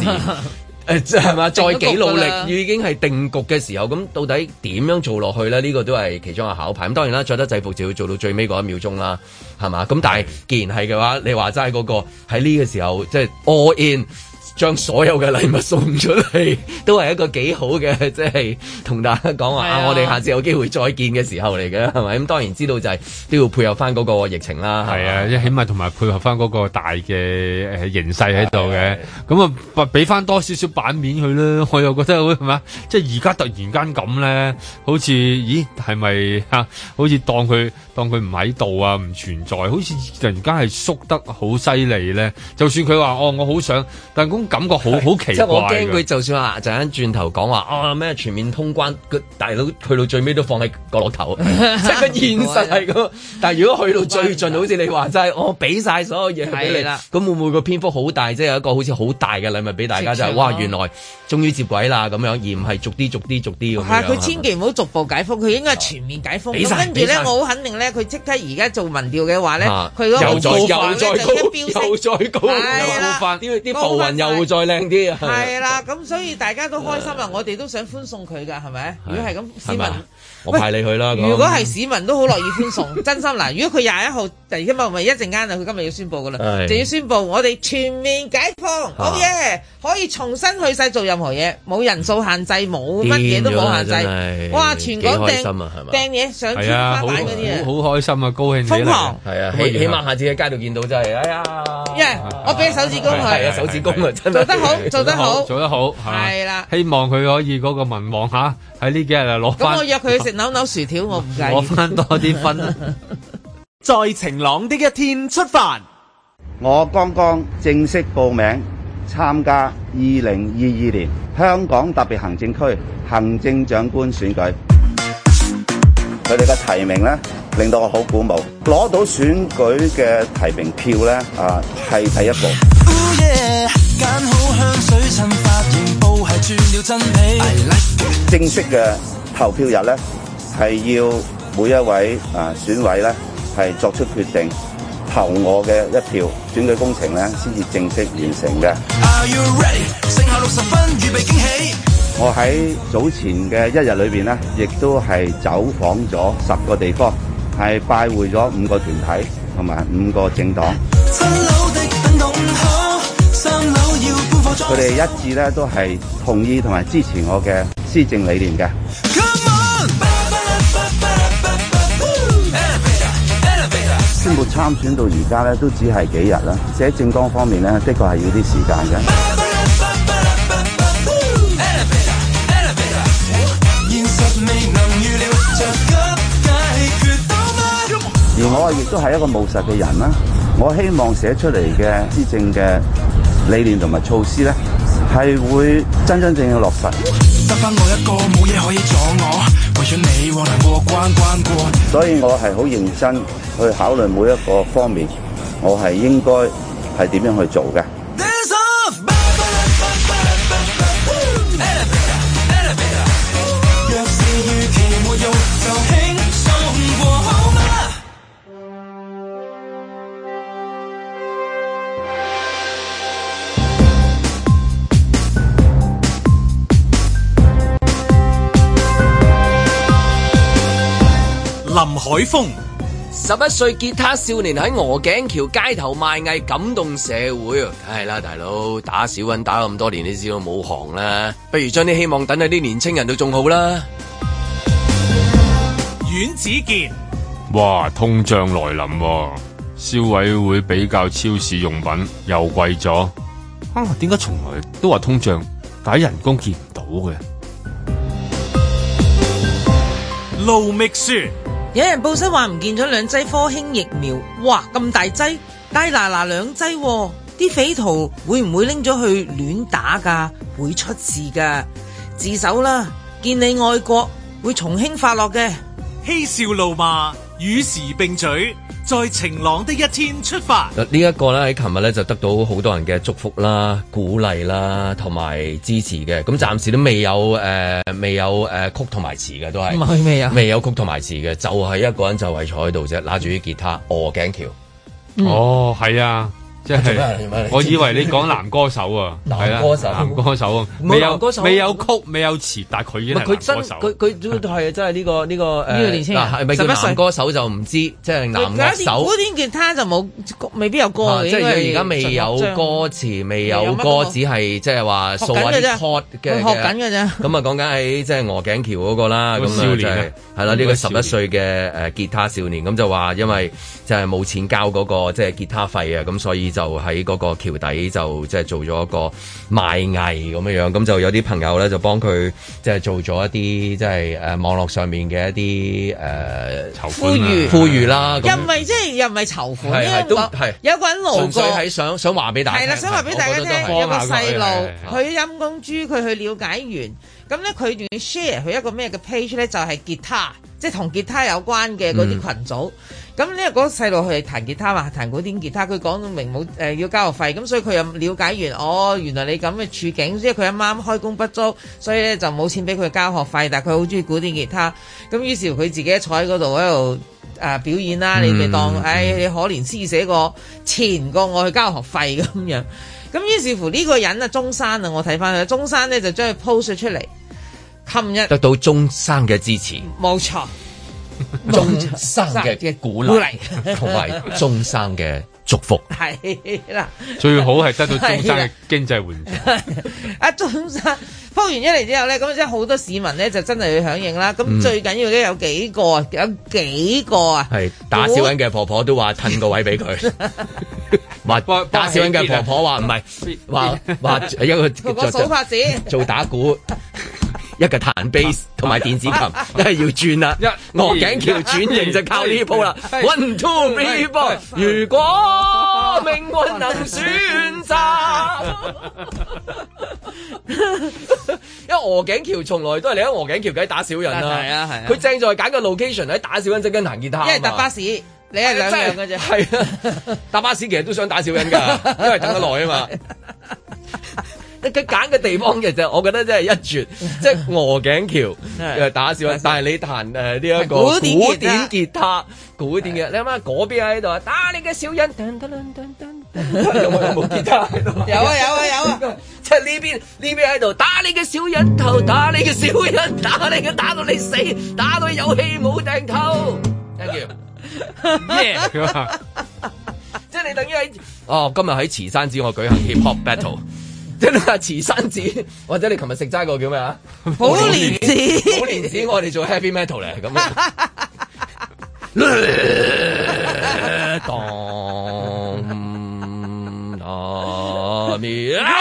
誒即係嘛，再
定咗局
幾努
㗎啦
力已經係定局嘅時候，咁到底點樣做落去咧？呢、個都係其中一個考牌。咁當然啦，着得制服就要做到最尾嗰一秒鐘啦，係嘛？咁但係既然係嘅話，你話齋嗰個喺呢個時候即係 all in。將所有嘅禮物送出嚟， 都係一個幾好嘅，即係同大家講話
係啊
啊！我哋下次有機會再見嘅時候嚟嘅，係咪？咁當然知道就係都要配合翻嗰個疫情啦，係
係啊，即係起碼同埋配合翻嗰個大嘅誒形勢喺度嘅，咁啊俾翻多少少版面佢啦。我又覺得好係嘛，即係而家突然間咁咧，好似咦係咪嚇？好似當佢當佢唔喺度啊，唔存在，好似突然間係縮得好犀利咧。就算佢話哦，我好想，但係嗰種感覺好好奇怪
即係我驚
㗎
佢就算話陣間轉頭講話啊咩全面通關，佢大佬去到最尾都放喺角落頭， 即係個現實係咁。但係如果去到最盡，好似你話齋，我俾晒所有嘢俾
係
你
啦，
咁會唔會個篇幅好大？即係有一個好似好大嘅禮物俾大家，就係
直情
哇
咯
原來終於接軌啦咁樣，而唔係逐啲逐啲逐啲咁
係啊
樣。
佢千祈唔好逐步解封，佢應該係全面解封。
俾
咁
晒
跟住
俾
咧
晒，
我好肯定咧，佢即刻而家做民調嘅話咧，
啊
佢嗰個
又再
做法
又
呢
再
就一
高，
飆升
又再高，
係啦
又啲啲
高
浮雲
翻晒
又再靚啲啊！
係啦，咁所以大家都開心啊！我哋都想歡送佢㗎，係咪？如果係咁，市
係咪
民
啊。我派你去啦。咁
如果係市民都好樂意歡送， 真心嗱。如果佢廿一號，第一咪咪一陣間啊，佢今日要宣佈噶啦，
係
就要宣佈我哋全面解放，好嘢，可以重新去晒做任何嘢，冇人數限制，冇乜嘢都冇限
癲咗啦
制
哎真。係
哇！全港
幾開
掟
心啊係嘛
掟嘢上天
係啊，
花
好
板嗰啲啊，
好好開心啊，高興起
瘋
嚟
狂。
係啊，
咁啊
起起
然後
碼下次喺街度見到真係，哎呀！
耶！我俾手指公
係啊，
佢，
手指公啊，真係
做得好，做得好。
做得好，係嘛
係啦
希望佢可以嗰個民望嚇喺呢幾日啊攞
咁我
翻
約佢去食扭扭薯條，我唔介
攞
意。
翻多啲分啦。
在晴朗的一天出發。
我剛剛正式報名參加二零二二年香港特別行政區行政長官選舉。佢哋嘅提名咧，令到我好鼓舞。攞到選舉嘅提名票咧，啊係第一步。
揀好香水襯髮型，布係轉了真皮。
正式嘅投票日咧，係要每一位啊選委咧係作出決定，投我嘅一票。選舉工程咧先至正式完成嘅。
Are you ready？剩下六十分，預備驚喜。
我喺早前嘅一日裏邊咧，亦都係走訪咗十個地方，係拜會咗五個團體同埋五個政黨，
新樓的等弄好，三樓要搬貨裝
佢哋一致咧都係同意同埋支持我嘅施政理念嘅。宣布參選到而家咧，都只係幾日啦。寫政綱方面咧，的確係要啲時間嘅。
現實未能預料，着急解決到嗎？
而我亦都係一個務實嘅人啦。我希望寫出嚟嘅施政嘅理念同埋措施咧，係會真真正正落實。
得翻我一個，冇嘢可以阻我。為咗你，我難過關關過。
所以我係好認真去考慮每一個方面，我係應該係點樣去做嘅。
Dance off！若是預期沒用，就輕鬆過好嗎？
林海峰，十一歲吉他少年喺鵝頸橋街頭賣藝，感動社會啊！梗係啦，大佬打小人打咁多年，你知道冇行啦，不如將啲希望等喺啲年青人度仲好啦。
阮子健、
哇，通脹來臨、喎，消委會比較超市用品又貴咗。啊，點解從來都話通脹，但係人工見唔到嘅？
盧覓雪，
有人報新話唔見咗兩劑科興疫苗，哇咁大劑，大嗱嗱兩劑喎，啲匪徒會唔會拎咗去亂打㗎？會出事㗎，自首啦！見你愛國，會從輕發落嘅。
嬉笑怒罵，與時並舉，在晴朗的一天出發。
呢一個咧喺琴日咧就得到好多人嘅祝福啦、鼓勵啦，同埋支持嘅。咁暫時都未有誒、呃未有誒、呃曲同埋詞嘅都係，
唔係未有
未有曲同埋詞嘅，就係、一個人就係坐喺度啫，拿住啲吉他，鵝頸橋。
哦，係啊，即係
做咩做 咩
我以為你講男歌手啊，
男
係啦
歌手
男歌手啊，
冇
未有
男歌手
未有曲，未有詞，但係佢已經係
唔係佢
男
真
歌手。
佢佢都係真係呢個呢個
呢個年青人
嗱係咪叫
11歲
男歌手就唔知，即係男
佢有
樂
時
手
古。典吉他就冇，未必有歌
啊
嘅。
即
哦應
係
該
佢而家未
純
有
樂章
歌詞，未有
未有乜
歌
歌，
只係即係話
學
數
緊
下
嘅
啲
啫
chord 嘅。
佢學緊嘅啫
咁啊，講緊喺即係鵝頸橋嗰個啦，
個
咁
少
啊就
年啊
係係啦，呢
嗰
個
個
十
少
一
年
歲嘅誒吉他少年，咁就話因為就係冇錢交嗰個即係吉他費啊，咁所以就喺嗰個橋底就即係做咗一個賣藝咁樣樣，咁就有啲朋友咧就幫佢即係做咗一啲即係誒網絡上面嘅一啲
款啊
誒
呼籲
呼籲啦，咁
又唔係即係又唔係籌款，
係係
因為
都
我
係
有個人路
純粹
過。
係想想話俾大家
係
聽，
啦，想話俾大家
我覺得都
聽，
係
有個細路
係
佢陰公豬，佢去了解完，咁咧佢仲要 share 佢一個咩嘅 page 咧，就係吉他，即係同吉他有關嘅嗰啲
嗯
群組。咁呢個嗰個細路佢係彈吉他嘛，彈古典吉他，佢講到明冇誒要交學費，咁所以佢又了解完，哦，原來你咁嘅處境，即係佢啱啱開工不足，所以咧就冇錢俾佢交學費，但係佢好中意古典吉他，咁於是乎佢自己坐喺嗰度喺度誒表演啦，你咪當
嗯
唉、你可憐施捨過錢過我去交學費咁樣。咁於是乎呢個人啊，中山啊，我睇翻佢，中山咧就將佢 post 咗出嚟。琴日
得到中生嘅支持，
冇錯，
中生嘅鼓
鼓
勵
勵，
同埋 中生嘅祝福。
係啦，
最好係得到中 山
啊
係
嘅
啦
經濟 援助。
阿中山鋪完一嚟之後咧，咁即係好多市民咧就真係去響應啦。咁
嗯
最緊要咧有幾個啊，有幾個啊，
係打小人嘅婆婆都話褪個位俾佢， 話打小人嘅婆婆話唔係， 話話一個
同個數法子。
做打鼓，一個彈 bass 同埋電子琴，一係要轉 啦，
一
鵝頸橋轉型就靠呢鋪啦
係
，one two three four，如果命運能選擇。因為鵝頸橋從來都係你喺鵝頸橋梗係打小人啦，
係啊係啊
佢正在揀個 location 喺打小人即跟彈吉他啊嘛，
一係搭巴士，你係兩樣 嘅啫。
啊係啊，搭巴士其實都想打小人 㗎，因為等得耐啊嘛。佢揀嘅地方其實我覺得真係一 絕，即係鵝頸橋
係
又打小人，但係你彈誒呢一個
古典吉他
古典吉他，古典嘅你諗下嗰邊喺度啊，打你嘅小人，噔噔噔噔噔 噔有冇有冇吉他喺度？
有啊有啊有啊！
即係呢邊呢邊喺度打你嘅小人頭，打你嘅小人，打你嘅打到你死，打到你有氣冇定頭。Thank you。
Yeah
即係你等於喺哦，今日喺慈山寺我舉行 hip hop battle。即係慈山寺，或者你琴日食齋個叫咩啊？
寶蓮寺，
寶蓮寺，我哋做 heavy metal 嚟 咁樣。當當咪啊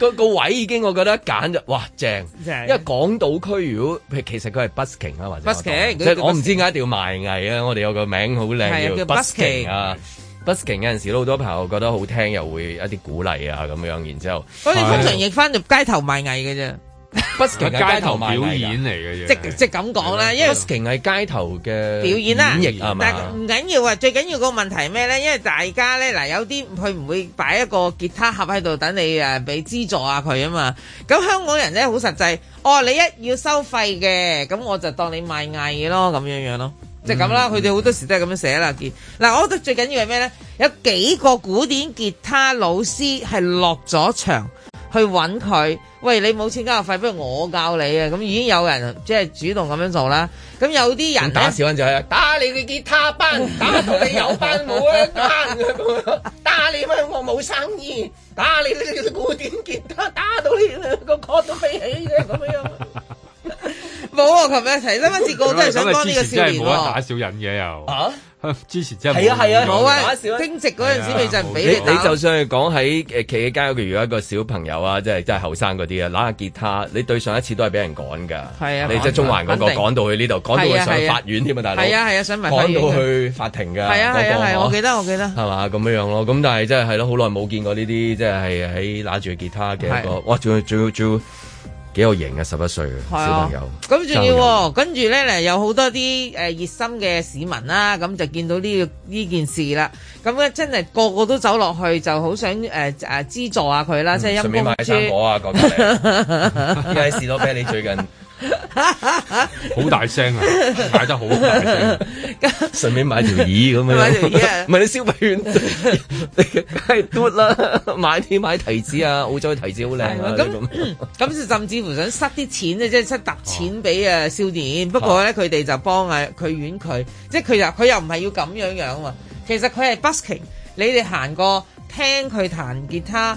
個個位已經我覺得揀就哇正，
正
因為港島區如果其實佢係 busking 啦，或者
Busking，
即係
佢叫
我唔知點解一定要賣藝啊！我哋有個名好
係啊
靚
叫
叫 busking 啊，busking 有陣時都好多朋友覺得好聽，又會一啲鼓勵啊咁樣，然之後
我哋通常亦翻入街頭賣藝嘅啫。
busking 係
街頭
賣藝㗎
表演嚟嘅
即
啊
啫。
即咁講啦，因為
busking 係街頭嘅
表演啦，
呃演繹啊嘛
但係。唔緊要啊，最緊要個問題係咩咧？因為大家咧嗱，有啲佢唔會擺一個吉他盒喺度等你誒俾資助下佢啊嘛。咁香港人咧好實際，哦，你一要收費嘅，咁我就當你賣藝咯，咁樣樣咯。即係咁
嗯
啦，佢哋好多時都係咁樣寫啦。見嗱，我覺得最緊要係咩咧？有幾個古典吉他老師係落咗場去揾佢，喂，你冇錢交學費，不如我教你啊！咁已經有人即係主動咁樣做啦。咁有啲人呢
打小人就係打你嘅吉他班，打到你有班冇一班咁樣，打你乜我冇生意，打你呢個古典吉他，打到你個殼都飛起嘅咁樣。
冇啊！琴日提新聞節告都係想幫呢個少年
咁啊之前真係冇得打
喎。
小人嘅又。
啊
之前真係
係啊係啊，冇
打
啊！
小人
升值嗰陣時咪就係唔俾
你
你打
哎你就算係講喺誒企喺街嗰度，如果一個小朋友啊，即係真係後生嗰啲啊，揦下吉他，你對上一次都係俾人趕㗎。
係啊
你即係中環嗰個
肯定
趕到去呢度，趕到去上法院添啊，大佬。
係啊係啊上埋法
趕
院
到去法庭㗎。
係啊係
嗰
啊
個
係啊，
呵
我記得我記得。
係嘛咁樣樣咯，咁但係真係係咯，好耐冇見過呢啲即係喺揦住吉他嘅一個，
係
哇！仲要仲要仲要幾有型啊！十一歲嘅
係啊
小朋友，
咁仲
真係
要
好
喎，跟住咧嗱，有好多啲誒熱心嘅市民啦，咁就見到呢個呢件事啦，咁咧真係個個都走落去，就好想誒誒資助下佢啦，即係
有型，
陰
嗯順便
公
買生
豬
果啊，講緊你，因為士多啤梨最近
好大聲 啊，嗌得好大聲，
順便買條椅咁樣，
買條椅啊
唔係你消費券，梗係嘟啦，買啲買提子啊，澳洲啲提子好靚啊，
咁
咁
咁就甚至乎想塞啲錢咧，即係塞揼錢俾誒少年。不過咧，佢哋就幫啊佢遠佢，即係佢又佢又唔係要咁樣樣喎。其實佢係 busking，你哋行過聽佢彈吉他，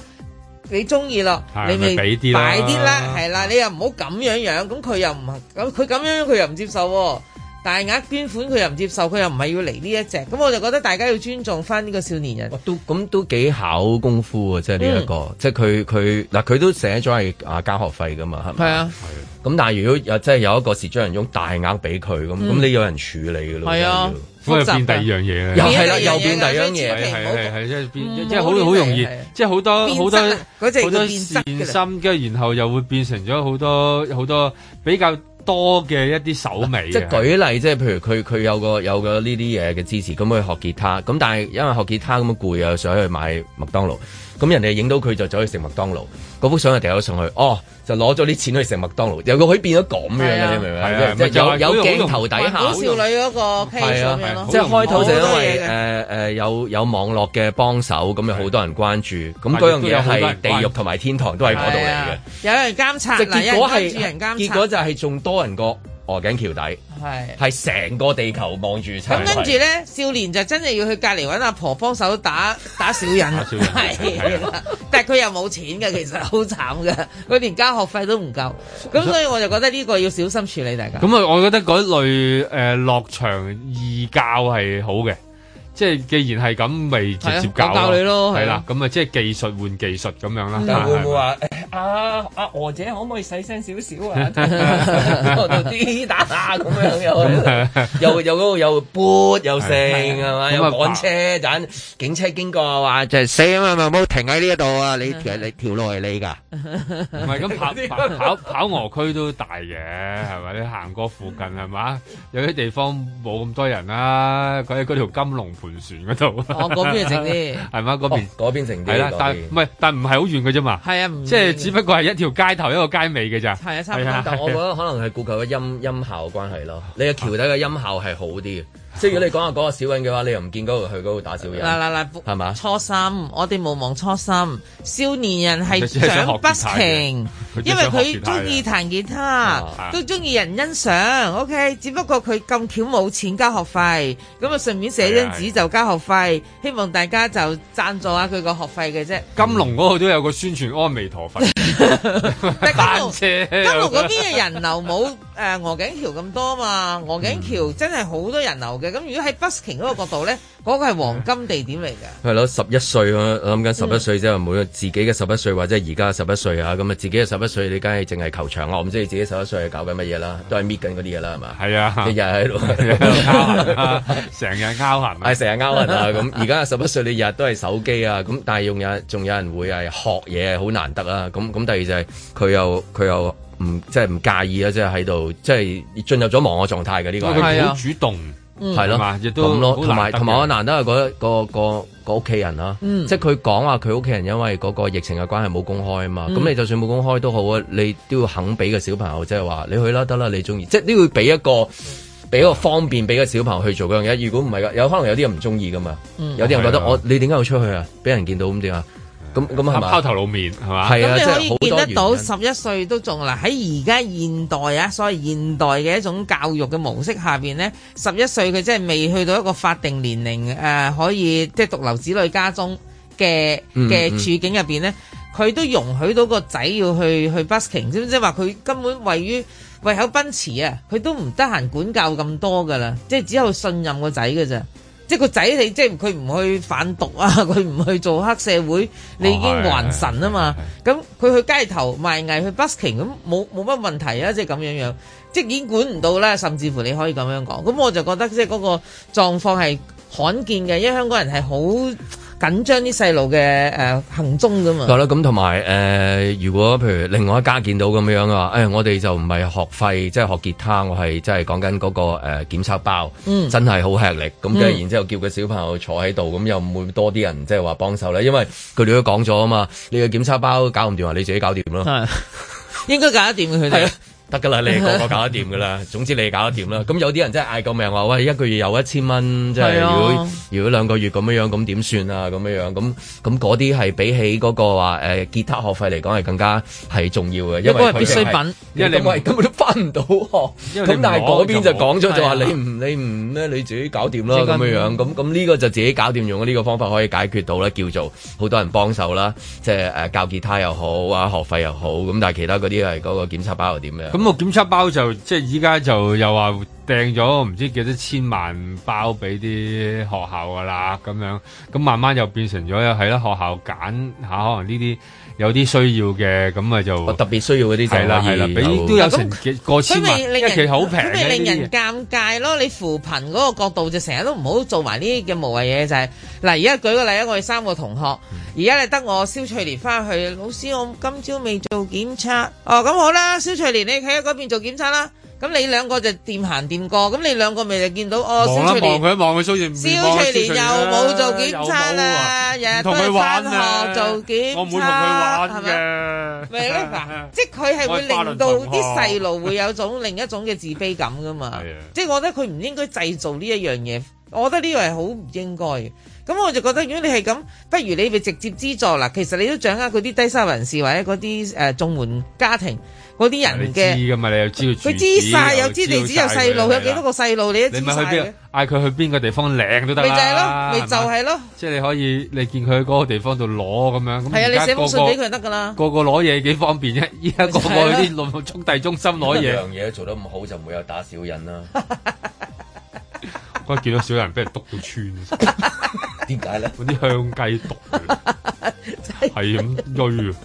你中意咯，
係
你咪
咪俾啲啦
擺啲啦，係啦，你又唔好咁樣樣。咁佢又唔咁佢咁樣樣佢又唔接受喎。大額捐款佢又唔接受，佢又唔係要嚟呢一隻，咁我就覺得大家要尊重翻呢個少年人。
都咁都幾考功夫啊！即係呢一
嗯
個，即係佢佢嗱佢都寫咗係啊交學費噶嘛，係咪？
係啊。
咁但係如果有即係有一個視障人用大額俾佢咁，
嗯
咁你有人處理噶咯？
係啊
真係
咁
要
又變第二樣嘢啦
又係啦，
變第二樣嘢
又變第二
係
樣
啊
嘢，
係係係，即係
唔
變
嗯好
即係好好容易
亂嚟係，
即係好多
變質
好多
啊嗰隻叫
好多
變質
善
㗎啦
心，跟住然後又會變成咗好多好多比較多嘅一啲手尾嘅。啊
即係舉例，即係譬如佢佢有個有個呢啲嘢嘅支持，咁佢學吉他，咁但係因為學吉他咁攰啊，想去買麥當勞，咁人哋影到佢就走去食麥當勞，嗰幅相就掉咗上去，哦，就攞咗啲錢去食麥當勞，有個佢變咗咁樣
係啊
嘅，你明唔明
係啊
啊？即係
咪就係
有有
好容易
鏡頭底下，嗯
好少女嗰個 case 咁樣咯，
即係啊開頭就因
好多嘢
為
嘅
誒誒有有網絡嘅幫手，咁有好多人關注，咁嗰樣嘢係地獄同埋天堂都係啊嗰度
啊
嚟嘅。
有人監察，
即
嗱，
係
有
結果
人關注，有
係
人監
結
察，
果就係仲多人過鵝頸橋底，
係。
係成個地球望住
咁跟住咧，少年就真係要去隔離揾阿婆幫手 打打小人，
小人
係啦。但係佢又冇錢嘅，其實好慘嘅，佢連交學費都唔夠。咁所以我就覺得呢個要小心處理大家。
咁啊，我覺得嗰類誒落場義教係好嘅，即係既然係咁，咪直接
係啊
教
我教你咯係啊
係啦，咁啊，即係技術換技術咁樣啦。
但係會唔會話
啊啊，娥姐可唔可以細聲少少
啊
嗰度啲打打咁樣又
又有嗰個有撥又剩
係
係嘛，
咁
有
啊
趕車陣，警車經過話就係死啊嘛，唔好停喺呢一度啊！你條你條路係你㗎，
唔係 咁跑跑跑跑鵝區都大嘅，係咪？你行過附近係嘛？ 有啲地方冇咁多人啦，佢喺嗰條金龍盤船嗰度。
哦嗰邊就靜啲 哦
係嘛？嗰邊
嗰邊靜啲
係啦
嗰，邊
但唔係，但唔係好遠嘅啫嘛。
係啊，唔
即係只不過係一條街頭一個街尾嘅咋。
係啊差
係啊
但 我覺得可能係顧及個音音效關係咯。你嘅橋底嘅音效係好啲嘅，即係如果你講下嗰個小人嘅話，你又唔見嗰度去嗰度打小人。
嗱嗱嗱，
係嘛
初心，我哋無忘初心。少年人係
佢只係想
想
學
不
吉他
停
嘅，
因為佢中意
睇。
彈吉他
啊，
都中意人欣賞。OK，只不過佢咁巧冇錢交學費，咁啊順便寫張紙就交學費，希望大家就贊助下佢個學費嘅啫。
金龍嗰度都有個宣傳阿彌 陀佛，單車。金
金龍嗰邊嘅人流冇誒鵝頸橋咁多嘛，鵝頸橋真係好多人流嘅。咁如果喺 busking 嗰個角度咧，嗰個係黃金地點嚟嘅。
係咯，十一歲啊，我諗
嗯
緊十一歲之後，每個自己嘅十一歲或者而家十一歲啊，咁啊自己嘅十一歲，你梗係淨係球場啦，我唔知你自己十一歲係搞緊乜嘢啦，都係搣緊嗰啲嘢啦，係嘛？
係啊，
日日喺 度
喺度拗痕啊成日拗痕，
係成日拗痕啊！咁而家十一歲，你日日都係手機啊，咁但係用有仲有人會係學嘢，好難得啊！咁咁第二就係佢又佢又唔即係唔介意啊，即係喺度即係進入咗忘我狀態嘅呢個
佢好主動，
嗯
係
係
咯
嘛，亦都
咁咯，
好
同埋
難得嘅
同埋我難得係嗰個個個屋企人啦，
嗯
即係佢講話佢屋企人因為嗰個疫情嘅關係冇公開啊嘛，咁、
嗯
你就算冇公開都好啊，你都要肯俾個小朋友即係話你去啦得啦，你中意，即係都要俾一個。俾一個方便俾個小朋友去做嗰樣嘢，如果唔係嘅，有可能有啲人唔中意噶嘛，
嗯
有啲人覺得
係啊
我你點解要出去啊？俾人見到咁點啊？咁咁係嘛？
拋頭露面係嘛？
係啊，即
咁
係
你
好
可以見
多
得到
原因
十一歲都仲嗱喺而家現代啊，所謂現代嘅一種教育嘅模式下邊呢，十一歲佢真係未去到一個法定年齡誒、呃可以即係獨留子女家中嘅
嗯
嘅
嗯
處境入邊呢，佢都容許到個仔要去去 busking，即係話佢根本位於為口奔馳啊，佢都唔得閒管教咁多噶啦，即係只有信任個仔嘅咋。即係個仔，你即係佢唔去販毒啊， 佢唔去做黑社會，你已經還神啊嘛。咁佢去街頭賣藝，去 busking 咁冇冇乜問題啊？即係咁樣樣，即係已經管唔到啦。甚至乎你可以咁樣講，咁我就覺得即係嗰個狀況係罕見嘅，因為香港人係好緊張啲細路嘅誒行蹤噶啊嘛。
係啦，咁同埋呃誒，如果譬如另外一家見到咁樣啊，誒、我哋就唔係學費，即係學吉他，我係即係講緊嗰個誒、呃、檢測包，
嗯
真係好吃力。咁跟住
嗯
然之後叫個小朋友坐喺度，咁又唔會多啲人即係話幫手咧，因為佢哋都講咗啊嘛，你嘅檢測包搞唔掂啊，你自己搞掂咯。
應該搞得掂嘅佢哋。
得㗎啦，你哋個個搞得掂 㗎啦。總之你哋搞得掂啦。咁有啲人真係嗌救命話：喂，一個月有一千蚊，即係
係
如
啊
果如果兩個月咁樣樣，咁點算啊？咁樣樣咁咁嗰啲係比起嗰個話誒吉他學費嚟講係更加係重要嘅，因為
因為
佢
必需
哋係
品
因為你喂 根本都翻唔到學。
因為
咁
你唔
但係嗰邊就講咗就話
攞就冇啊
你唔你唔咩你自己搞掂
即
啦
刻
咁樣樣。咁咁呢個就自己搞掂，用呢個方法可以解決到啦，叫做好多人幫手啦，即係誒教吉他又好啊，學費又好。咁但係其他嗰啲係嗰個檢測包又點樣？
咁個檢測包就即係依家就又話掟咗唔知幾多千萬包俾啲學校噶啦，咁樣咁慢慢又變成咗係啦，學校揀下可能呢啲有啲需要嘅，咁咪就
特別需要嗰啲就
係啦係啦
可，以
俾
有
都有成幾過
佢
千萬，
咪
因
令
為
人
其實好平
佢咪
嘅
令
呢啲嘢
人尷尬咯。你扶貧嗰個角度就成日都唔好做埋呢啲嘅無謂嘢，就係、嗱。而家舉個例啊，我哋三個同學，
嗯
而家你得我蕭翠蓮翻去，老師我今朝未做檢測，哦咁好啦，蕭翠蓮你喺嗰邊做檢測啦。咁你兩個就掂行掂過，咁你兩個咪就見到哦，
望
蕭
啦
翠
望
蓮。
佢望佢蘇燕，
蕭翠蓮又冇做檢測
啊又冇
啦，日日都
同佢
係
玩
翻
啊
學做檢測，
我唔會同佢玩
係咪
嘅。
咪咧 嗱，即係佢係會令到啲細路會有種另一種嘅自卑感噶嘛。即係我覺得佢唔應該製造呢一樣嘢，我覺得呢個係好唔應該嘅。咁我就覺得，如果你係咁，不如你咪直接資助啦。其實你都掌握嗰啲低收入人士或者嗰啲誒綜援家庭嗰啲人
你
嘅，
知噶嘛？你又知道
佢知晒又知地址，有
晒
細路，
佢
有幾多個細路，你都
你
知
咪去
晒
邊
嘅。
嗌佢去邊個地方靚都得
咪就係
啦，
咯，咪就
係嘛
係咯，
即係你可以你見佢喺嗰個地方度攞咁樣，咁
係啊！
而
你
家
寫封
個
信
個
俾佢就得噶啦。
個個攞嘢幾方便啫， 依家個個去啲六速遞中心攞嘢
樣，嘢做得唔好就唔會有打小人 啦。
我見到小人俾人篤到穿，
點解咧？
嗰啲香雞毒嘅，係咁追啊！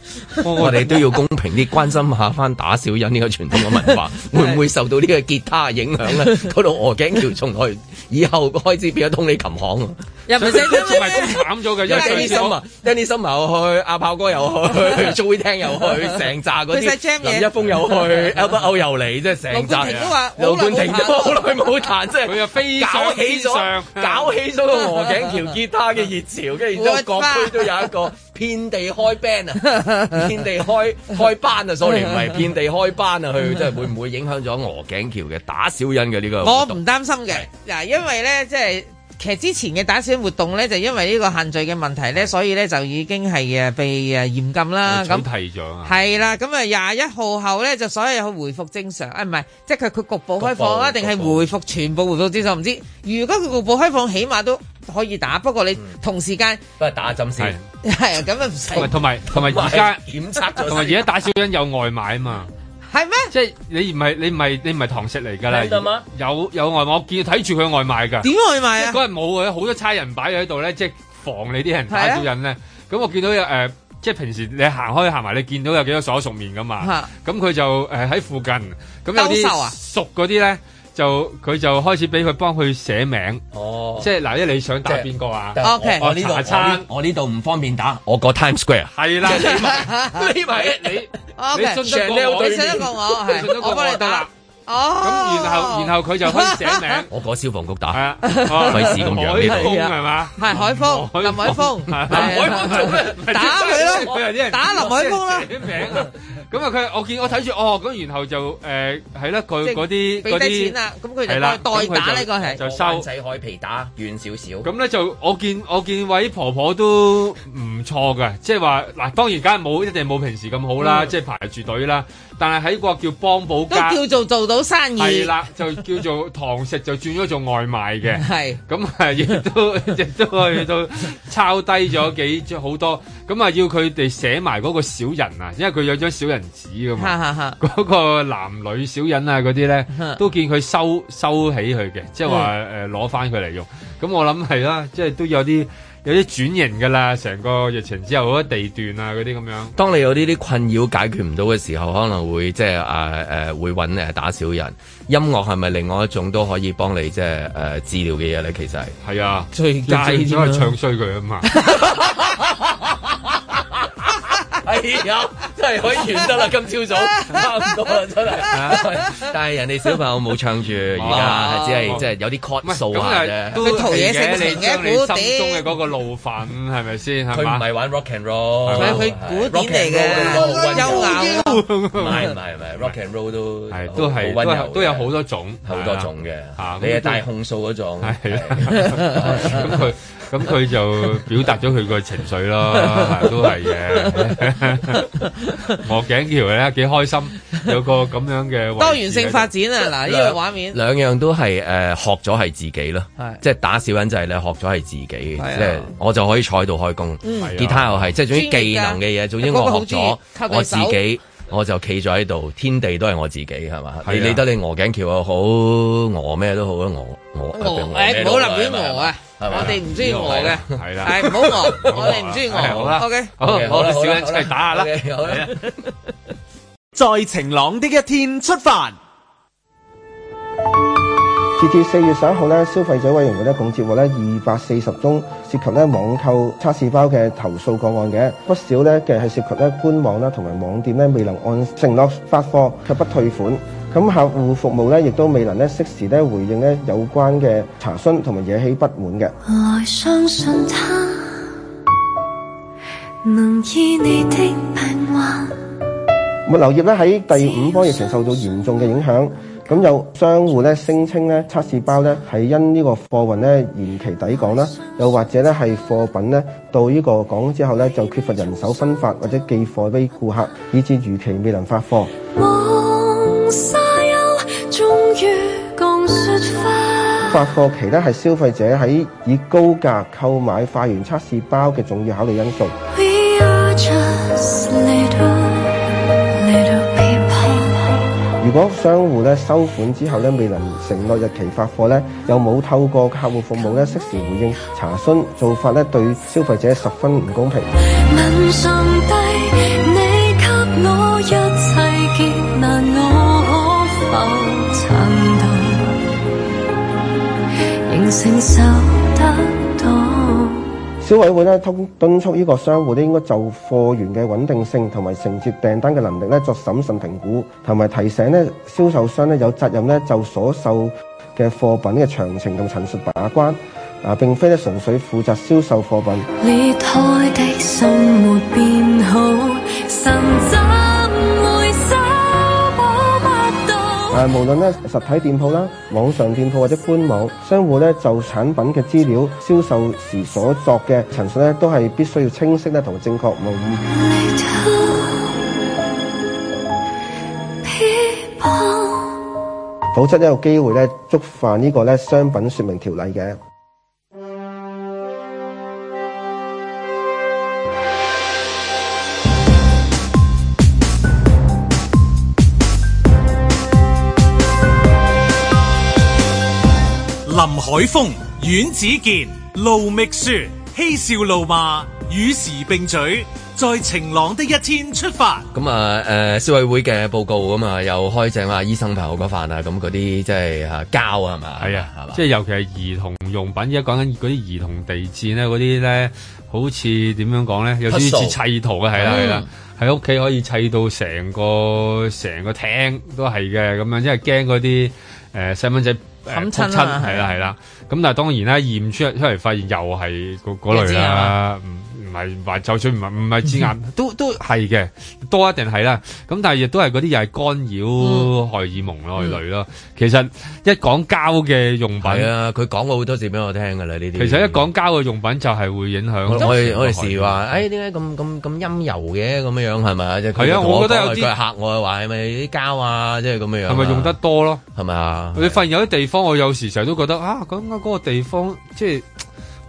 我 哋都要公平啲，關心下翻打小人呢個傳統嘅文 化，會唔會受到呢個吉他影響 咧？嗰度鵝頸橋從來以後開始變咗通利琴行啊！
又
唔使仲係都慘咗嘅，因
有 Danny
為上次
Summer、Danny Summer 又去，阿炮哥又去， 租會廳又去，成扎嗰
佢使 jam
啲
嘢
林一峰又去，Albert O 又嚟，即係成扎。
盧冠廷都話
盧冠廷都好耐冇彈，即係
佢又飛上
搞起
天
咗
上，
搞起咗個鵝頸橋吉他嘅熱潮，跟住然之後各區都有一個遍地開 band 啊，遍地開開班啊，sorry 唔係遍地開班啊，佢即係會唔會影響咗鵝頸橋嘅打小人嘅呢個
我
活動？
唔擔心嘅，嗱，因為咧即係。其實之前嘅打賞活動咧，就因為呢個限聚嘅問題咧，所以咧就已經係誒被誒嚴禁啦。咁
取締咗啊！
係啦，咁啊廿一號後咧就所有嘢回復正常，啊唔係，即係佢佢局部開放啊，定係回復全部回復正常唔知。如果佢局部開放，起碼都可以打，不過你同時間
不過打針先。
係啊，咁啊唔使
同埋同埋同埋而 家
檢測咗
同埋而家打小人有外賣啊嘛。
係 咩？
即係你唔係你唔係你唔係堂食嚟㗎
睇
啦
得嗎，
有有外賣，我見睇住佢外賣㗎。
點外賣啊
即係嗰日冇嘅，好多差人擺喺度咧，即係防你啲人打
係啊
小人咧。咁我見到有誒、呃即係平時你行開行埋，你見到有幾多所熟面㗎嘛
嚇？
咁佢就誒喺、附近，咁有
兜售啊
啲熟嗰啲咧，就佢就開始俾佢幫佢寫名。
哦
即係嗱，因為你想打邊個啊
但係我 OK
我
我呢度
茶餐
我呢度唔方便打，我個 Times Square
係啦，
匿埋你
你信得過我
OK，你信得過我
你信得
係，
過
我幫
我
你
就得
打
啦。
哦。
咁然後然後佢就開始寫名。
我個消防局打，
哦
費事咁樣呢
海
度
風係嘛？
係海風，林海風，
海風做咩？
打佢 咯
佢有啲人
打林海峰啦
啲名啊！咁啊，佢我見我睇住哦，咁然後就誒係啦，佢
即係
嗰啲
俾
嗰
低
啲
錢啦咁佢就
係啦
代
咁佢
打
就
呢個係
就
灣
收。
仔海皮打遠少少。
咁咧就我見我見位婆婆都唔錯嘅，即係話嗱，當然梗係冇一定冇平時咁好啦，
嗯
即係排住隊啦。但係喺個叫幫補
都
家
叫做做到生意。
係啦，就叫做堂食就轉咗做外賣 嘅，
係
咁啊，亦都亦都去到抄低咗幾好多，咁啊要佢哋寫埋嗰個小人啊，因為佢有張小人紙噶
哈
嘛，
哈哈。
嗰個男女小人啊嗰啲咧，都見佢收收起佢嘅，即係話誒攞翻佢嚟用，咁我諗係啦，即係都有啲有啲轉型噶啦，成個疫情之後好多地段啊嗰啲咁樣。
當你有呢啲困擾解決唔到嘅時候，可能會即係誒誒會揾誒打小人。音樂係咪另外一種都可以幫你即係誒治療嘅嘢咧？其實係
係啊，
最
你最主要係唱衰佢啊嘛。
係啊，真係可以完得啦，今 朝早差唔多啦，真係。哦但係人哋小朋友冇唱 住，而家只係即係有啲 cut 數啊下啫。
都係嘅你將你心中嘅嗰個怒憤係咪先？
佢
係嘛
唔係玩 rock and roll，
係咪
佢古典嚟啊
嘅
優
雅
唔係唔係唔係，rock and roll 都係
都係
温
都係
柔嘅
都有好多種，
好多種嘅
嚇。
你係大控訴嗰種，
係啊啦咁佢咁佢就表達咗佢個情緒啦， 都係嘅。 我頸橋咧幾開心，有個咁樣嘅
多元性發展啊！嗱，呢個畫面。
兩樣都係誒、呃、學咗係自己咯
係，
即係打小人就係你學咗係自己，即
係啊
係我就可以坐喺度開工
嗯係啊，
吉他又係，即係總之技能嘅嘢，總之我學
嗰個好
咗
專業
我自
靠對
己。我就企咗喺度，天地都係我自己，係嘛？
係啊
你理得你鵝頸橋又好，鵝咩都好啦，鵝鵝
鵝
鵝
誒
咩
唔
都
好
好啦
立亂鵝啊！
係嘛
我哋唔中意鵝嘅，
係啦
係唔好鵝，我哋唔中意鵝。
好啦
OK，
好
好啦
小欣
好啦
出嚟打下啦
好啦好啦
在晴朗的一天出發。
截至四月十一號咧，消費者委員會咧共接獲咧二百四十宗涉及咧網購測試包嘅投訴個案嘅，不少咧嘅係涉及咧官網啦同埋網店咧未能按承諾發貨卻不退款，咁客戶服務咧亦都未能咧適時咧回應咧有關嘅查詢同埋惹起不滿嘅。
來相信他能醫你的病患。
物流業咧喺第五波疫情受到嚴重嘅影響，咁有商戶咧聲稱咧測試包咧係因呢個貨運咧延期抵港啦，又或者咧係貨品咧到呢個港之後咧就缺乏人手分發或者寄貨俾顧客，以致逾期未能發貨。
望沙丘，終於共雪花。
發貨期咧係消費者喺以高價購買化驗測試包嘅重要考慮因素。
We are just little, little people.
如果商戶咧收款之後咧未能承諾日期發貨咧，又冇透過客戶服務咧適時回應查詢，做法咧對消費者十分唔公平。
問上帝，你給我一切劫難，我可否撐到，仍承受得到？
消委會咧通敦促呢個商戶咧應該就貨源嘅穩定性同埋承接訂單嘅能力咧作審慎評估，同埋提醒咧銷售商咧有責任咧就所售嘅貨品嘅詳情同陳述把關，啊並非咧純粹負責銷售貨品。
裂開的心沒變好，神怎會修補不到？
但係無論咧實體店鋪啦、網上店鋪或者官網，商戶咧就產品嘅資料、銷售時所作嘅陳述咧，都係必須要清晰咧同埋正確無誤。否則咧有機會咧觸犯呢個咧商品説明條例嘅。
林海峰、阮子健、盧覓雪，嬉笑怒罵，與時並舉，在晴朗的一天出發。
咁啊誒消委會嘅報告咁啊，又開正話醫生朋友嗰飯啊，咁嗰啲即係嚇膠啊係嘛？
係啊，即係尤其係兒童用品，而家講緊嗰啲兒童地氈咧，嗰啲咧好似點樣講咧，有啲似
Puzzle
砌圖嘅，係啦
嗯
係啦，喺屋企可以砌到成個成個廳都係嘅咁樣，因為驚嗰啲誒細蚊仔
冚
誒
親啊
撲
係啊
係啦係啦。咁但係當然啦，驗出出嚟發現又係嗰嗰類啦，嗯唔唔係唔係就算唔係唔係致癌都都係嘅，多一定係啦。咁但係亦都係嗰啲又係干擾荷爾蒙咯類咯。其實一講膠嘅用品
係啊，佢講過好多次俾我聽㗎啦呢啲。
其實一講膠嘅用品就係會影響
我我哋我哋
時
時話，誒點解咁咁咁陰柔嘅咁樣樣係咪啊？即係佢
係啊
同
我覺得
講
有啲
佢嚇我話係咪啲膠啊，即係咁樣樣啊。
係咪用得多咯？
係咪啊？
你發現有啲地方，我有時成日都覺得啊，咁解嗰個地方即係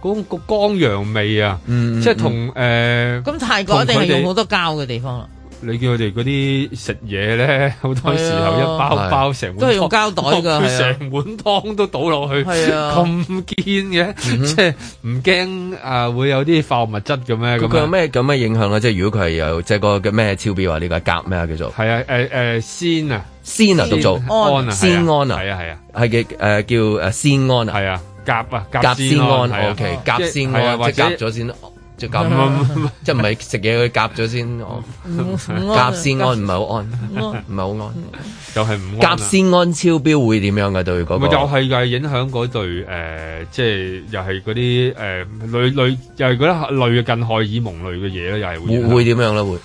嗰個光陽味啊，
嗯
即係同誒
咁泰國一定
同佢
係
哋
用好多膠嘅地方啦。
你叫佢哋嗰啲食嘢咧， 好多時候一包
係啊
包成碗
都係用
湯
膠袋 㗎
佢
係啊
成碗湯都倒落去，
係啊
咁堅嘅，即係唔驚啊會有啲化學物質嘅咩？
嗯佢
咁
佢
樣
有咩咁嘅影響咧？即係如果佢係有即係個嘅咩超標啊？呢個係革咩啊叫做？
係啊誒誒鮮啊
先啊，讀做
安啊
先安啊，
係啊係啊，
係嘅誒叫誒先安啊，
係啊，甲啊
甲
甲
先
先
安
安係啊
，OK，甲
即係
先
係啊
安，
或
即係
者嗯
甲咗先即 係夾，即係唔係食嘢佢夾咗先安，
唔安啊
夾先安，唔係好安
唔安，
唔係好安。
又係唔
夾先安超標會點樣嘅對嗰
咪又
個？
係又係影響嗰對誒、呃即係又係嗰啲誒類類，又係嗰啲類近荷爾蒙類嘅嘢咧，又係會影響
會會點樣咧？會
誒、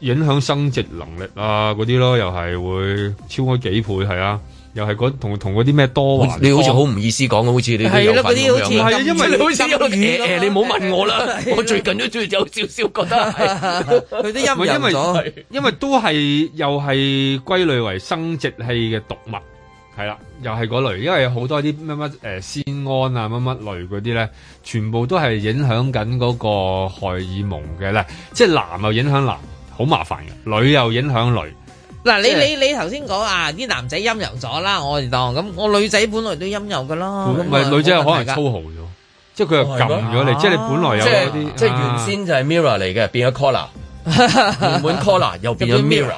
影響生殖能力啊嗰啲咯，又係會超開幾倍係啊，又係嗰同同嗰啲咩多環
你好似好唔意思講好似你都有份咁
係
樣。
啊，因為
你好似
金魚
有
咁啊
誒誒你唔好 問我啦，
啊
我最近都最有少少覺得係
佢都陰
因
陽
為
咗。
因為都係又係歸類為生殖器嘅毒物，係啦，又係嗰類，因為好多啲乜乜誒仙胺啊乜乜類嗰啲咧，全部都係影響緊嗰個荷爾蒙嘅咧，即係男又影響男，好麻煩嘅，女又影響女。
哦
嗱，你
即係
你你頭先講啊，啲男仔陰柔咗啦，我哋當咁，我女仔本來都陰柔噶啦，
唔
啊
係女仔可能粗豪咗，即係佢又
哦
撳咗你，即係你本來有
即
嗰啲
啊
啊
係，即係原先就係 mirror 嚟嘅，變咗 collar，原本 collar 又變咗 mirror，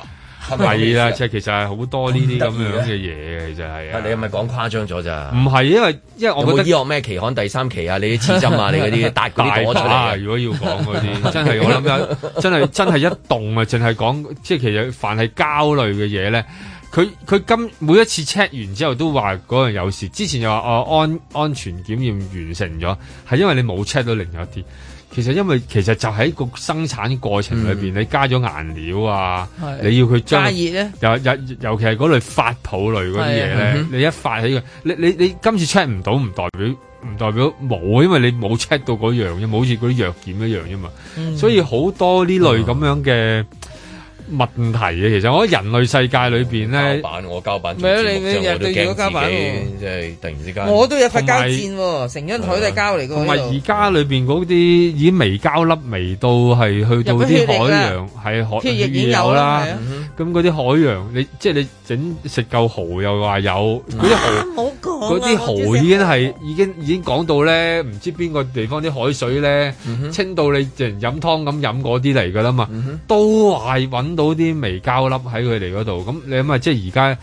係咪
係啊啦，即係其實係好多呢啲咁樣
得
嘅嘢嘅，其實係啊。
你係咪講誇張咗咋？
唔係因為因為我
有
哦覺
冇
得
醫學咩期刊第三期啊？你啲刺針啊，你嗰啲搭嗰啲攞出嚟
大把
啊
如果要講嗰 啲，真係我諗緊，真係真係一棟啊！淨係講，即係其實凡係膠類嘅嘢咧，佢佢今每一次 check 完之後都話嗰樣有事，之前又話哦安安全檢驗完成咗，係因為你冇 check 到另外一啲。其實因為其實就喺個生產過程裏
嗯
邊，你加咗顏料啊，
係
你要佢將
加熱咧，
尤尤尤其係嗰類發泡類嗰啲嘢
係啊
咧
嗯，
你一發起佢，你你你今次 check 唔到，唔代表唔代表冇，因為你冇 check 到嗰樣啫，冇好似嗰啲藥檢一樣啫嘛。
嗯
所以好多呢類咁樣嘅問題啊嘅，其實我覺得人類世界裏邊咧，
板我膠板
做節目咪啊你真係我都你日對住驚嗰膠板自己喎
即係突然之
我都有塊膠墊喎，成張台都係膠嚟㗎
同埋而
喎。
家裏邊嗰啲已經微膠粒微到係去到
入咗
啲
血液
海
啦
洋係海
血液已經
血
有啦
啦
係啊，
咁嗰啲海洋你即係你整食夠蠔又話有
嗯
嗰啲蠔。
冇講啊
嗰啲蠔已經係已經已經講到咧，唔知邊個地方啲海水咧，
嗯
清到你直情飲湯咁飲嗰啲嚟㗎啦嘛，都係揾到啲微膠粒喺佢哋嗰度。咁你諗下，即係而家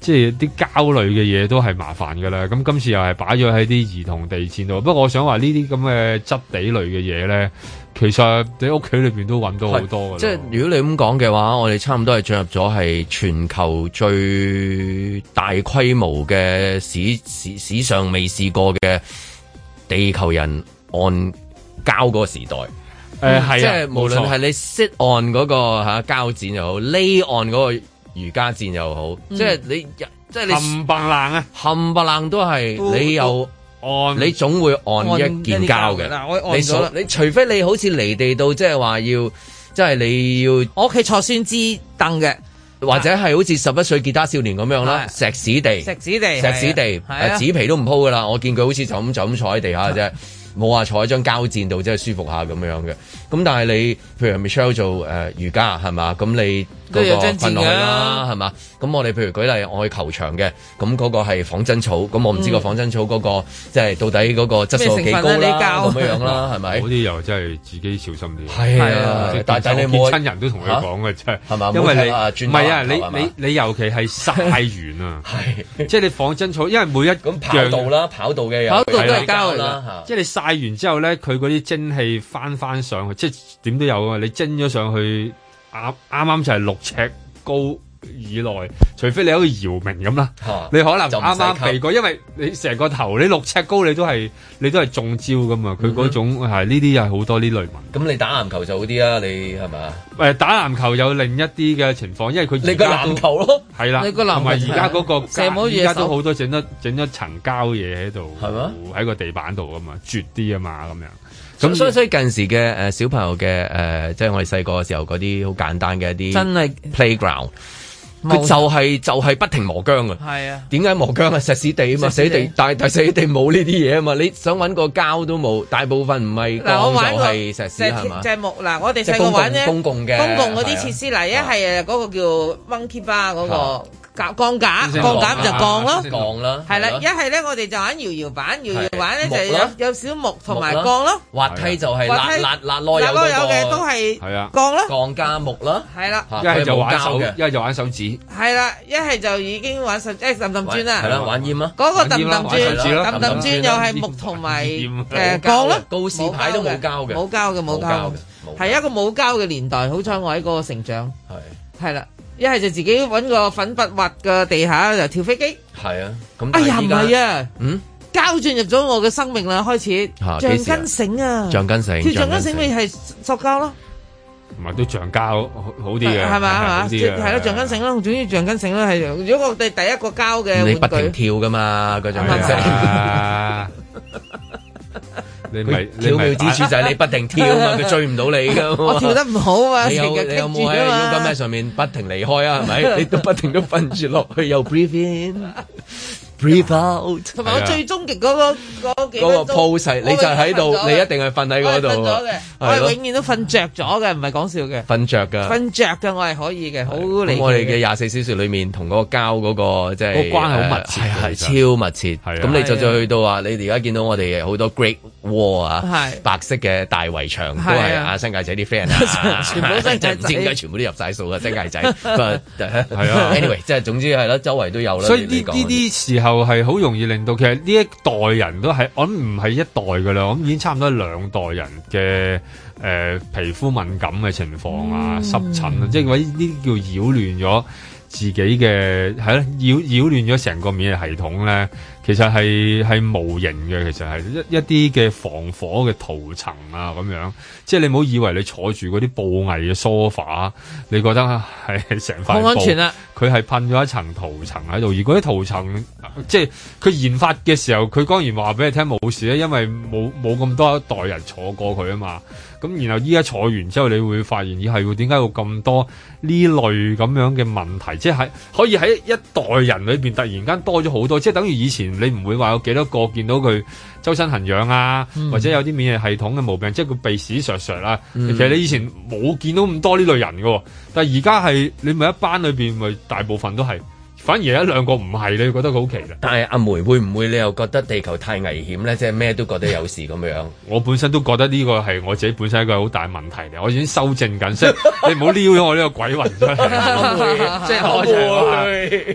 即係啲膠類嘅嘢都係麻煩㗎啦。咁今次又係擺咗喺啲兒童地氈度。不過我想話呢啲咁嘅質地類嘅嘢咧，其實你屋企裏邊都揾到好多㗎啦。
即係如果你咁講嘅話，我哋差唔多係進入咗係全球最大規模嘅史史史上未試過嘅地球人按膠嗰個時代。
誒係啊
即係無
冇
論
錯
係你 sit on 嗰個嚇膠墊又好，lay on 嗰個瑜伽墊又好，
嗯
即係你即係你
冚唪唥啊，
冚唪唥都係
都
你又
按，
你總會按
按
一件
一啲
膠
膠
嘅
嗱我。嗯按
你
咗啦
所你除非你好似離地到即係話要，即係你要。
我屋企坐酸枝凳嘅，
或者係好似十一歲吉他少年咁樣啦，石屎地，
石屎地
石屎地，
係啊
誒紙皮都唔鋪噶啦。我見佢好似就咁就咁坐喺 地下嘅啫，冇話坐喺張膠墊度，即係舒服下咁樣嘅。咁但係你，譬如 Michelle 做誒瑜伽係嘛，咁你
都
嗰
有
個
張墊
瞓落去啦
㗎
係嘛。咁我哋譬如舉例，我去球場嘅，咁嗰個係仿真草，咁我唔知個
嗯
仿真草嗰個即係到底嗰個質素有幾
咩成
高
分啊
啦，
你
咁
膠
樣樣啦，係 咪
嗰？啲又真係自己小心啲。
係啊
即係
但但你
我
冇
見親人都同佢講嘅，真係
係嘛
因為
冇踢啊
你
轉
唔係啊，
打籃球係嘛
你你你尤其係晒完 啊，即係你仿真草，因為每一咁
跑道啦，跑道嘅又
跑道都係膠嚟㗎
即係你晒完之後咧，佢嗰啲蒸氣翻翻上去，即係點都有啊！你蒸咗上去，啱啱啱就係六尺高以內，除非你好似姚明咁啦
嚇，
你可能
就唔
啱
使
啱
吸
避過，因為你成個頭你六尺高，你都係你都係中招噶嘛。佢嗰種係呢啲係好多呢類文。
咁你打籃球就好啲啦，你係嘛？
誒打籃球有另一啲嘅情況，因為佢
你個籃球咯，
係啦，
你個籃球
同埋而家嗰個
射冇嘢
而家都
手
好多整得整咗層膠嘢喺度，係嘛？喺個地板度啊嘛，絕啲啊嘛咁樣。
咁所以所以近時嘅誒小朋友嘅誒，即係我哋細個嘅時候嗰啲好簡單嘅一啲
真係
playground，佢
冇
就係就係不停磨姜啊！
係啊，
點解磨姜啊？石屎地啊嘛，
石屎
石屎
地
地，但但石屎地冇呢啲嘢啊嘛，你想揾個膠都冇，大部分唔係
嗱我
鋼
玩
就
過
係石屎係嘛
就？係木嗱，我哋
即係
細個玩咧
公共公共嘅
公共嗰啲
係啊
設施嗱，一係誒嗰個叫 monkey bar 嗰個架降架，
先
降架就降咯，
降啦，
係啦，
係咯
一係咧我哋就玩搖搖板，搖搖板咧
係
就
木
有
啦
有小木同埋降咯，
滑梯就係
滑
辣
梯
辣辣攞有
辣
嗰
螺
個
友嘅都係
係啊
降啦，
降加木啦，
係啦，
一係就玩手，一
佢冇膠嘅
係就玩手指。
係啦，一係就已經玩十即係揼揼磚啦，
係啦，玩煙啦，
嗰個
玩
揼
煙啦
揼磚，
玩手指啦
揼揼磚又係木同埋誒鋼咯，
告示牌都冇交嘅，
冇交嘅冇交嘅，係一個冇交嘅年代，好彩我喺嗰個成長，係係啦，一係就自己揾個粉筆畫嘅地下就跳飛機，
係啊，咁
哎
但係
呀唔
依家
係啊，
嗯，
交進入咗我嘅生命啦，開始橡
嚇幾時啊
筋繩啊，
橡筋繩
條橡
橡
筋
筋
繩咪係塑膠咯。
唔係都橡膠好好啲嘅，
係嘛係嘛，
好
即
啲
係
嘅
係咯，橡筋繩咯，總之橡筋繩啦，係如果我哋第一個交嘅
你不
玩具
停。跳噶嘛，嗰
Dạ,
種
係
啊你咪你
巧妙
咪
之處就係你不停跳 啊嘛，佢追唔到你噶。
我跳得唔好啊
你有
成日
你有
棘住
冇
啊
喺
嘛
y o g 上面不停離開啊？係咪？你都不停都瞓住落去，又 breathe in，breathe out。
同埋我最終極嗰個嗰幾分鐘
啊嗰個 pose，你就喺度，你一定係瞓喺嗰度
我係瞓咗嘅
啊。
我係
係咯
永遠都瞓着咗嘅，唔係講笑嘅，
瞓着㗎。
瞓着嘅我係可以嘅，好
咁
理
我哋嘅廿四小時裏面，同嗰個交嗰個即係
個關係好密切
呃係
其
係超密切。咁你就再去到話，你哋而家見到我哋好多 Great Wall 啊
係，
白色嘅大圍牆都
係
係
啊
啊新界仔啲 friend 啊，
全部都新界仔
真係唔知點解全部都入晒數啊，新界仔。
係
係
啊
，anyway，即係總之係啦，周圍都有啦。
所以
你
呢
講
呢啲時候係好容易令到其實呢一代人都係，我諗唔係一代噶啦，我諗已經差唔多兩代人嘅誒、呃皮膚敏感嘅情況啊、濕疹啊，即係話呢啲叫擾亂咗自己嘅係啦，擾擾亂咗成個免疫系統咧，其實係係無形嘅，其實係一一啲嘅防火嘅塗層啊咁樣，即係你唔好以為你坐住嗰啲布藝嘅 sofa，你覺得係成塊
好安
布
全啊
佢係噴咗一層塗層喺度，而嗰啲塗層即係佢研發嘅時候，佢當然話俾你聽冇事咧，啊因為冇冇咁多一代人坐過佢啊嘛。咁然後依家坐完之後，你會發現咦係喎，點解會咁多呢類咁樣嘅問題？即係可以喺一代人裏邊突然間多咗好多，即係等於以前你唔會話有幾多個見到佢周身痕癢啊，
嗯
或者有啲免疫系統嘅毛病，即係佢鼻屎削削啊。
嗯
其實你以前冇見到咁多呢類人嘅喎，但係而家係你咪一班裏邊咪大部分都係，反而有一兩個唔係，你會覺得佢好奇啦。
但係阿梅會唔會你又覺得地球太危險咧？即係咩都覺得有事咁樣。
我本身都覺得呢個係我自己本身一個好大問題嚟，我已經修正緊，所以你唔好撩咗我呢個鬼魂出嚟。 即係我就係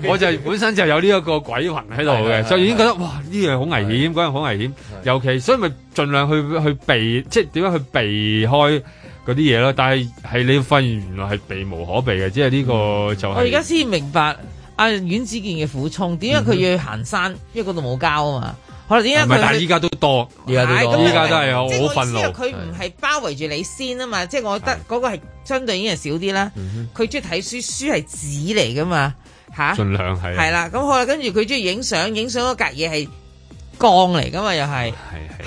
話我就係本身就有呢一個鬼魂喺度
係係
嘅，
係
就已經覺得哇呢樣好危險，嗰樣好危險，尤其所以咪盡量去去避，即係點樣去避開嗰啲嘢咯。但係係你發現原來係避無可避嘅，即係呢個就係、
我而家先明白阿阮子健嘅苦衷，點解佢要去行山？因為嗰度冇膠啊嘛。可能
唔
點解
係，
佢
但係依家都多，
依家
係咁啊
依家都係啊
即係我
好
意
憤
思
怒
係。佢唔係包圍住你先啊嘛，即係我覺得嗰個係相對已經係少啲啦。
嗯
佢中意睇書，書係紙嚟噶嘛，吓，
盡量係啊
係啦。咁好啦，跟住佢中意影相，影相嗰格嘢係鋼嚟噶嘛，又係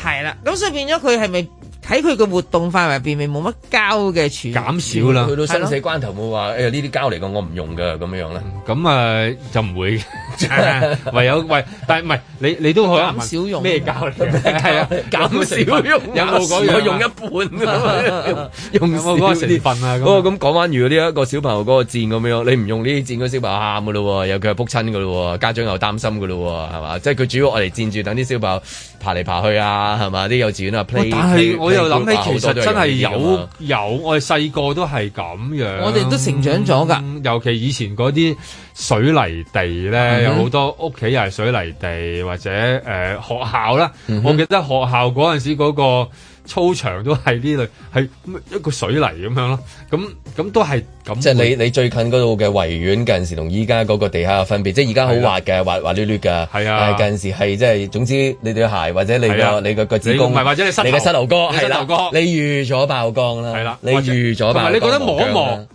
係啦。咁所以變咗佢係咪喺佢嘅活動範圍入邊，咪冇乜膠嘅處
減少啦
去到
係
生
咯
死關頭冇話哎誒呢啲膠嚟嘅，我唔用嘅咁樣咧。
咁啊、就唔會嘅，唯有喂，但係唔係你你都可能
減
少用咩膠嚟嘅？係 啊，
減少用
有冇嗰樣啊
我用一半，用
有冇嗰個成分啊咁
嗰個咁講翻，如果呢一個小朋友嗰個箭咁樣，你唔用呢啲箭，嗰個小朋友喊噶咯喎，又腳撲親噶咯喎，家長又擔心噶咯喎，係嘛？即係佢主要我嚟箭住等啲小朋友爬嚟爬去啊，係嘛？啲幼稚園啊
喂
play，
但係
play-
我又
play group 啊
諗起，其實真係
好多都係用呢
有
啲㗎啊嘛
有，我哋細個都係咁樣。
我哋都成長咗㗎
嗯，尤其以前嗰啲水泥地咧，
嗯哼
有好多屋企又係水泥地，或者誒、呃、學校啦。
嗯哼
我記得學校嗰陣時嗰個操場都係呢類，係一個水泥咁樣咯。咁咁都係咁。
即係你你最近嗰度嘅維園近時同依家嗰個地下有分別，即係而家好滑嘅，滑滑溜溜㗎。係
啊
近時係即係總之你對鞋或者你
係啊
個你個個子宮，
你唔係或者你膝頭
你嘅膝頭哥
你
係
膝
啦
頭哥，
你預咗爆光啦，係啦，你預咗爆光，
同埋你覺得摸一
咁樣啦
摸，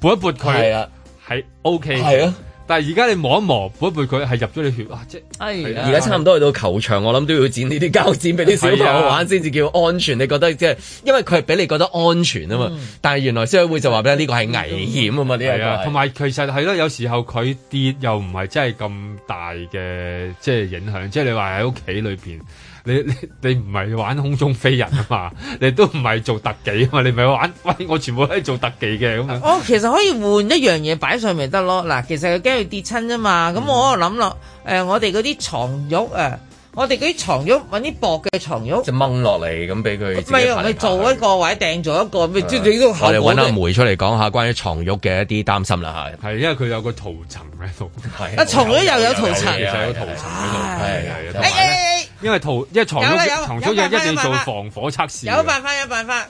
撥一撥佢，嗯
係啊，
係 OK，
係啊。
但係而家你摸一摸，撥一撥佢，係入咗你血啊！即係係啊
而家差唔多去到球場，我諗都要剪呢啲膠剪俾啲小朋
係
友
啊
玩先至叫安全。你覺得即係，因為佢係俾你覺得安全啊嘛。但係原來消委會就話俾你聽呢個係危險啊嘛，呢一個
嗯係啊，
係
同埋其實係咯，有時候佢跌又唔係真係咁大嘅即係影響，即係你話喺屋企裏邊你你你唔係玩空中飛人啊嘛， 你都唔係做特技啊嘛，你咪玩喂我全部都係做特技嘅咁樣。
哦，其實可以換一樣嘢擺上咪得咯。嗱，其實佢驚佢跌親啫嘛。
嗯
咁我喺度諗落，誒、我哋嗰啲床褥啊，我哋嗰啲床褥揾啲薄嘅床褥，
就掹落嚟咁俾佢自己
咪
啊
爬
用
嚟
佢做一個或者掟咗一個，咪即係你都
我哋揾阿梅出嚟講下關於床褥嘅一啲擔心啦
嚇。係因為佢有個塗層喺度。
係
啊床褥又有塗層
其實有塗層喺度。
啊
係係同
誒誒
埋呢
誒
因為塗因為床
有啊啦有
褥
啦
床褥
有
一
辦法
定要做
有辦法
防火測試嘅。
有辦法有辦法，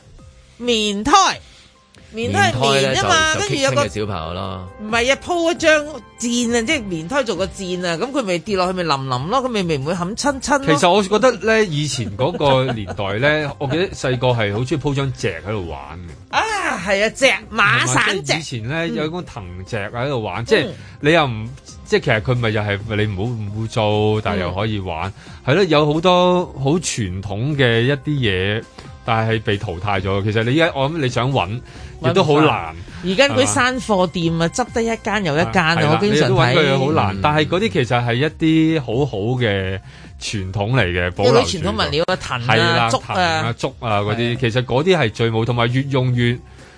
棉胎，棉胎係棉啊嘛，跟住有個
小朋友啦。
唔係啊，鋪一張墊啊，即係棉胎做個墊啊，咁佢咪跌落去咪淋淋咯，咁咪咪唔會冚親親咯。
其實我覺得咧，以前嗰個年代咧， 我記得細個係好中意鋪張席喺度玩嘅。
啊，係啊，隻馬散隻
以前咧
嗯
有嗰藤席喺度玩，即係你又唔即係其實佢咪又係你唔好唔好做，但係又可以玩，
嗯
係咯，有好多好傳統嘅一啲嘢，但係被淘汰咗。其實你而家我諗你想揾，亦都好難。
而家嗰
係
啲
嘛
山貨店啊，執得一間又一間
係
啊，
啦
我經常
你都揾佢
睇。
好難，但係嗰啲其實係一啲好好嘅傳統嚟嘅，保
一
留
啲傳統物料啊，藤
係啦
啊、竹
藤啊
啊，
竹啊嗰啲，其實嗰啲係最冇，同埋越用越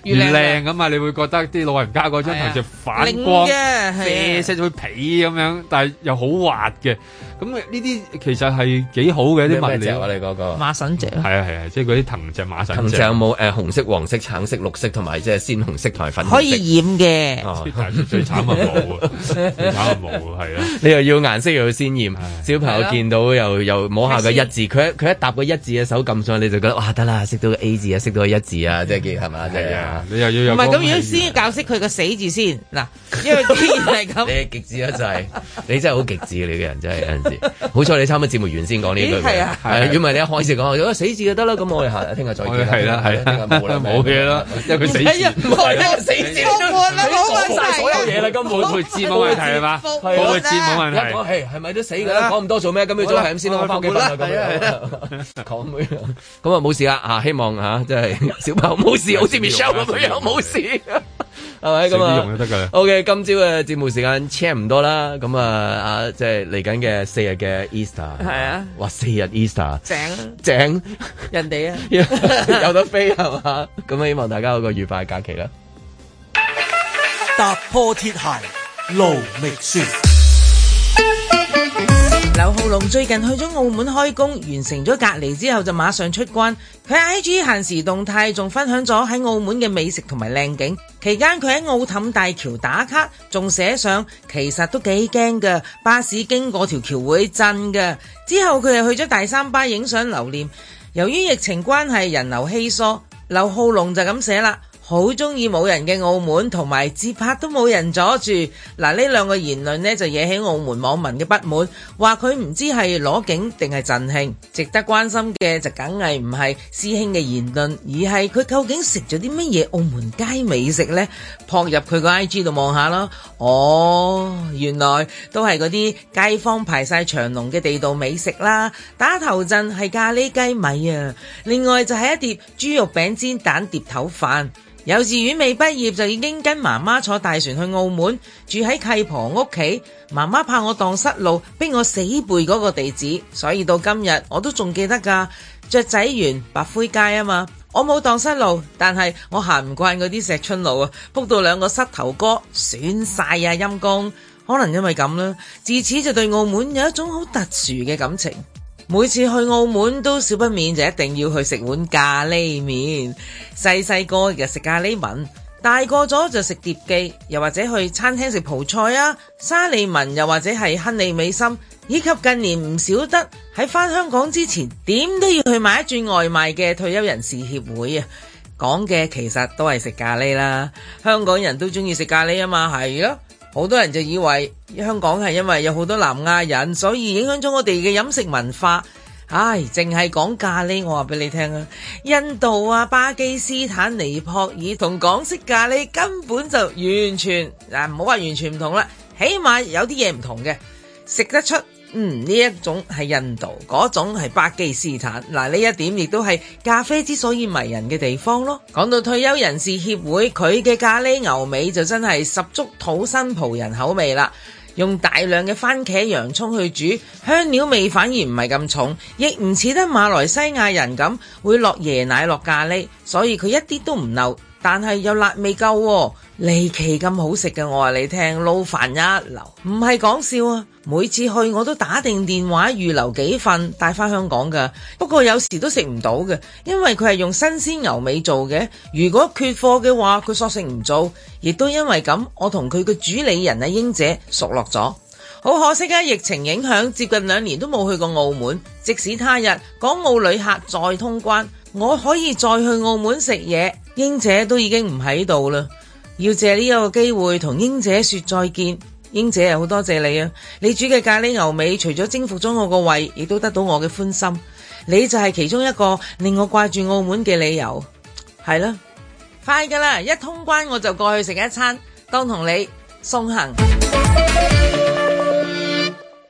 越
越
靚
靚啊嘛！你會覺得啲老人家嗰張
係啊
台就反光，
靚嘅係啊
啡色咗皮咁樣，但係又好滑嘅。咁呢啲其實係幾好嘅啲
咩咩
物
隻
料。
啊你嗰個
馬神隻啊
係啊係啊，即係嗰啲藤隻馬
咁
神
就有冇誒呃紅色、黃色、橙色、綠色同埋即係鮮紅色同埋粉紅色？
可以染嘅。
哦
但係最慘啊冇啊，最慘啊冇啊，係啊。
你又要顏色又要鮮豔，小朋友見到又又摸下個一字，佢一佢一搭個一字嘅手撳上去，你就覺得哇得啦，識到個 A 字啊，識到個一字啊，
嗯
即係叫係嘛？即係啊，
你又要
唔係咁，如果先教識佢個死字先 嗱，因為既然係咁，
你極致啊，真係你真係好極致，你嘅人真係有陣時。 好彩你差唔多節目完先講呢句
咦係啊
嘢，如果唔係你一開始講，我死字就得啦，咁我哋下聽日再見。
係啦係啦
聽日冇啦，
冇嘢啦因為佢死字
係啊係啦死 字
我悶啦，冇
講
問
晒
題。
所有嘢啦，根本
個字冇問題係嘛
係
個字冇問題
一講係係咪都死㗎啦？講咁多做咩？今朝早係咁啊先啦，我翻屋企瞓啦咁樣。 講妹咁啊冇事啦嚇，希望嚇即係小朋友冇事，好似 Michelle 咁樣冇事，係咪咁
食啲
啊
用就得㗎啦？
OK，今朝嘅節目時間差唔多啦，咁啊啊，即係嚟緊嘅四日嘅 Easter，
係啊，
哇，四日 Easter，
正啊
正，
人哋啊，
有得飛係嘛？咁啊希望大家有個愉快嘅假期啦。
踏破鐵鞋路未雪。
劉浩龍最近去咗澳門開工，完成咗隔離之後就馬上出關。佢喺 IG 限時動態仲分享咗喺澳門嘅美食同埋靚景。期間佢喺澳氹大橋打卡，仲寫上其實都幾驚㗎，巴士經過條橋會震㗎。之後佢又去咗大三巴影相留念。由於疫情關係，人流稀疏，劉浩龍就咁寫啦。好中意冇人嘅澳門，同埋自拍都冇人阻住。嗱，呢兩個言論呢，就惹起澳門網民嘅不滿，話佢唔知係攞景定係贈慶。值得關心嘅就梗係唔係師兄嘅言論，而係佢究竟食咗啲乜嘢澳門街美食呢？撲入佢個 I G 度望下啦。哦，原來都係嗰啲街坊排晒長龍嘅地道美食啦。打頭陣係咖喱雞米啊，另外就係一碟豬肉餅煎蛋碟頭飯。幼稚園未畢業就已經跟媽媽坐大船去澳門，住喺契婆屋企。媽媽怕我蕩失路，逼我死背嗰個地址，所以到今日我都仲記得㗎。雀仔園白灰街啊嘛，我冇蕩失路，但係我行唔慣嗰啲石春路啊，仆到兩個膝頭哥損晒啊陰公。可能因為咁啦，自此就對澳門有一種好特殊嘅感情。每次去澳門都少不免就一定要去食碗咖喱麵，細細個就食咖喱文，大個咗就食碟記，又或者去餐廳食葡菜啊、沙利文，又或者係亨利美心，以及近年唔少得喺返香港之前點都要去買一轉外賣嘅退休人士協會啊。講嘅其實都係食咖喱啦，香港人都中意食咖喱啊嘛，係咯。好多人就以為香港係因為有好多南亞人，所以影響咗我哋嘅飲食文化。唉，淨係講咖喱，我話俾你聽啊，印度啊、巴基斯坦、尼泊爾同港式咖喱根本就完全嗱，唔好話完全唔同啦，起碼有啲嘢唔同嘅。食得出，嗯，呢一種係印度，嗰種係巴基斯坦。嗱，呢一點亦都係咖啡之所以迷人嘅地方咯。講到退休人士協會，佢嘅咖喱牛尾就真係十足土生葡人口味啦。用大量嘅番茄、洋葱去煮，香料味反而唔係咁重，亦唔似得馬來西亞人咁會落椰奶落咖喱，所以佢一啲都唔漏，但係又辣味夠喎，離奇咁好食嘅，我話你聽，撈飯一流，唔係講笑啊！每次去我都打定電話預留幾份帶翻香港㗎，不過有時都食唔到嘅，因為佢係用新鮮牛尾做嘅。如果缺貨嘅話，佢索性唔做，亦都因為咁，我同佢嘅主理人啊英姐熟落咗。好可惜啊！疫情影響，接近兩年都冇去過澳門。即使他日港澳旅客再通關，我可以再去澳門食嘢，英姐都已經唔喺度啦。要借呢一個機會同英姐說再見。英姐啊，好多謝你啊！你煮嘅咖喱牛尾，除咗征服咗我個胃，亦都得到我嘅歡心。你就係其中一個令我掛住澳門嘅理由，係啦。快噶啦，一通關我就過去食一餐，當同你送行。